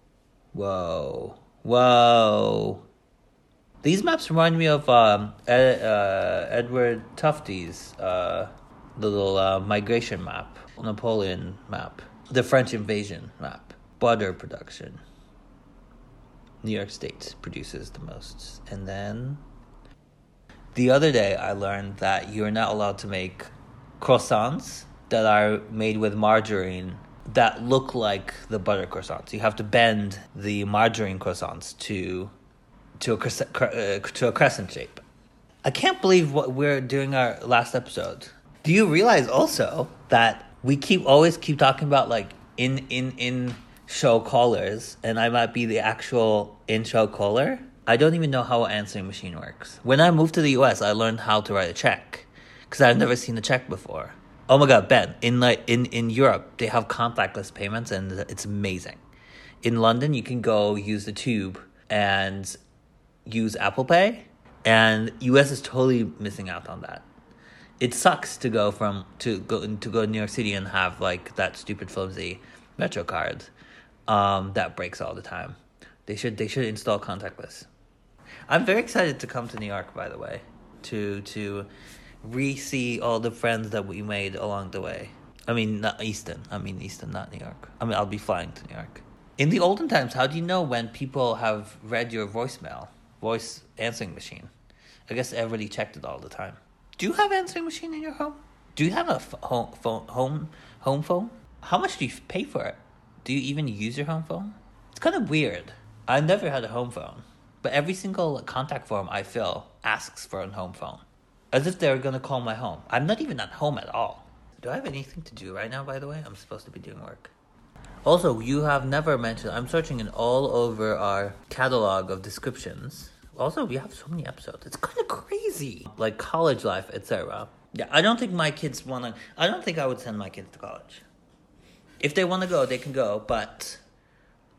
I: Whoa, whoa. These maps remind me of um, Ed, uh, Edward Tufte's uh, little uh, migration map, Napoleon map, the French invasion map, butter production. New York State produces the most. And then the other day, I learned that you're not allowed to make croissants that are made with margarine that look like the butter croissants. You have to bend the margarine croissants to to a cres- cre- uh, to a crescent shape. I can't believe what we're doing our last episode. Do you realize also that we keep always keep talking about like in in in show callers, and I might be the actual in show caller. I don't even know how an answering machine works. When I moved to the U.S., I learned how to write a check because I've never seen a check before. Oh my god, Ben! In like in in Europe, they have contactless payments, and it's amazing. In London, you can go use the tube and use Apple Pay, and US is totally missing out on that. It sucks to go from to go to go to New York City and have like that stupid flimsy Metro card um, that breaks all the time. They should they should install contactless. I'm very excited to come to New York, by the way, to to re-see all the friends that we made along the way. I mean, not Easton. I mean Easton, not New York. I mean, I'll be flying to New York. In the olden times, how do you know when people have read your voicemail, voice answering machine? I guess everybody checked it all the time. Do you have answering machine in your home? Do you have a f- home phone? Home home phone? How much do you pay for it? Do you even use your home phone? It's kind of weird. I never had a home phone, but every single contact form I fill asks for a home phone, as if they're gonna call my home. I'm not even at home at all. Do I have anything to do right now? By the way, I'm supposed to be doing work. Also, you have never mentioned. I'm searching in all over our catalog of descriptions. Also, we have so many episodes. It's kind of crazy, like college life, etc. Yeah, I don't think my kids want to. I don't think I would send my kids to college. If they want to go, they can go. But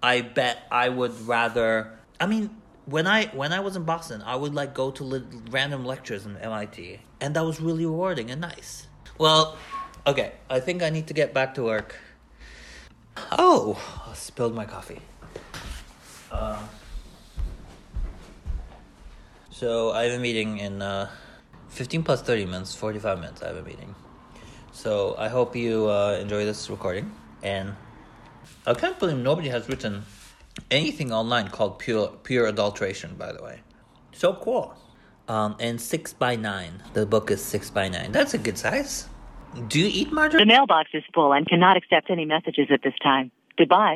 I: I bet I would rather. I mean, when I when I was in Boston, I would like go to li- random lectures in MIT, and that was really rewarding and nice. Well, okay, I think I need to get back to work. Oh, I spilled my coffee. Um, so I have a meeting in uh, 15 plus 30 minutes, 45 minutes. I have a meeting. So I hope you uh, enjoy this recording. And I can't believe nobody has written anything online called pure pure adulteration. By the way, so cool. Um, and six by nine. The book is six by nine. That's a good size. Do you eat margarine?
J: The mailbox is full and cannot accept any messages at this time. Goodbye.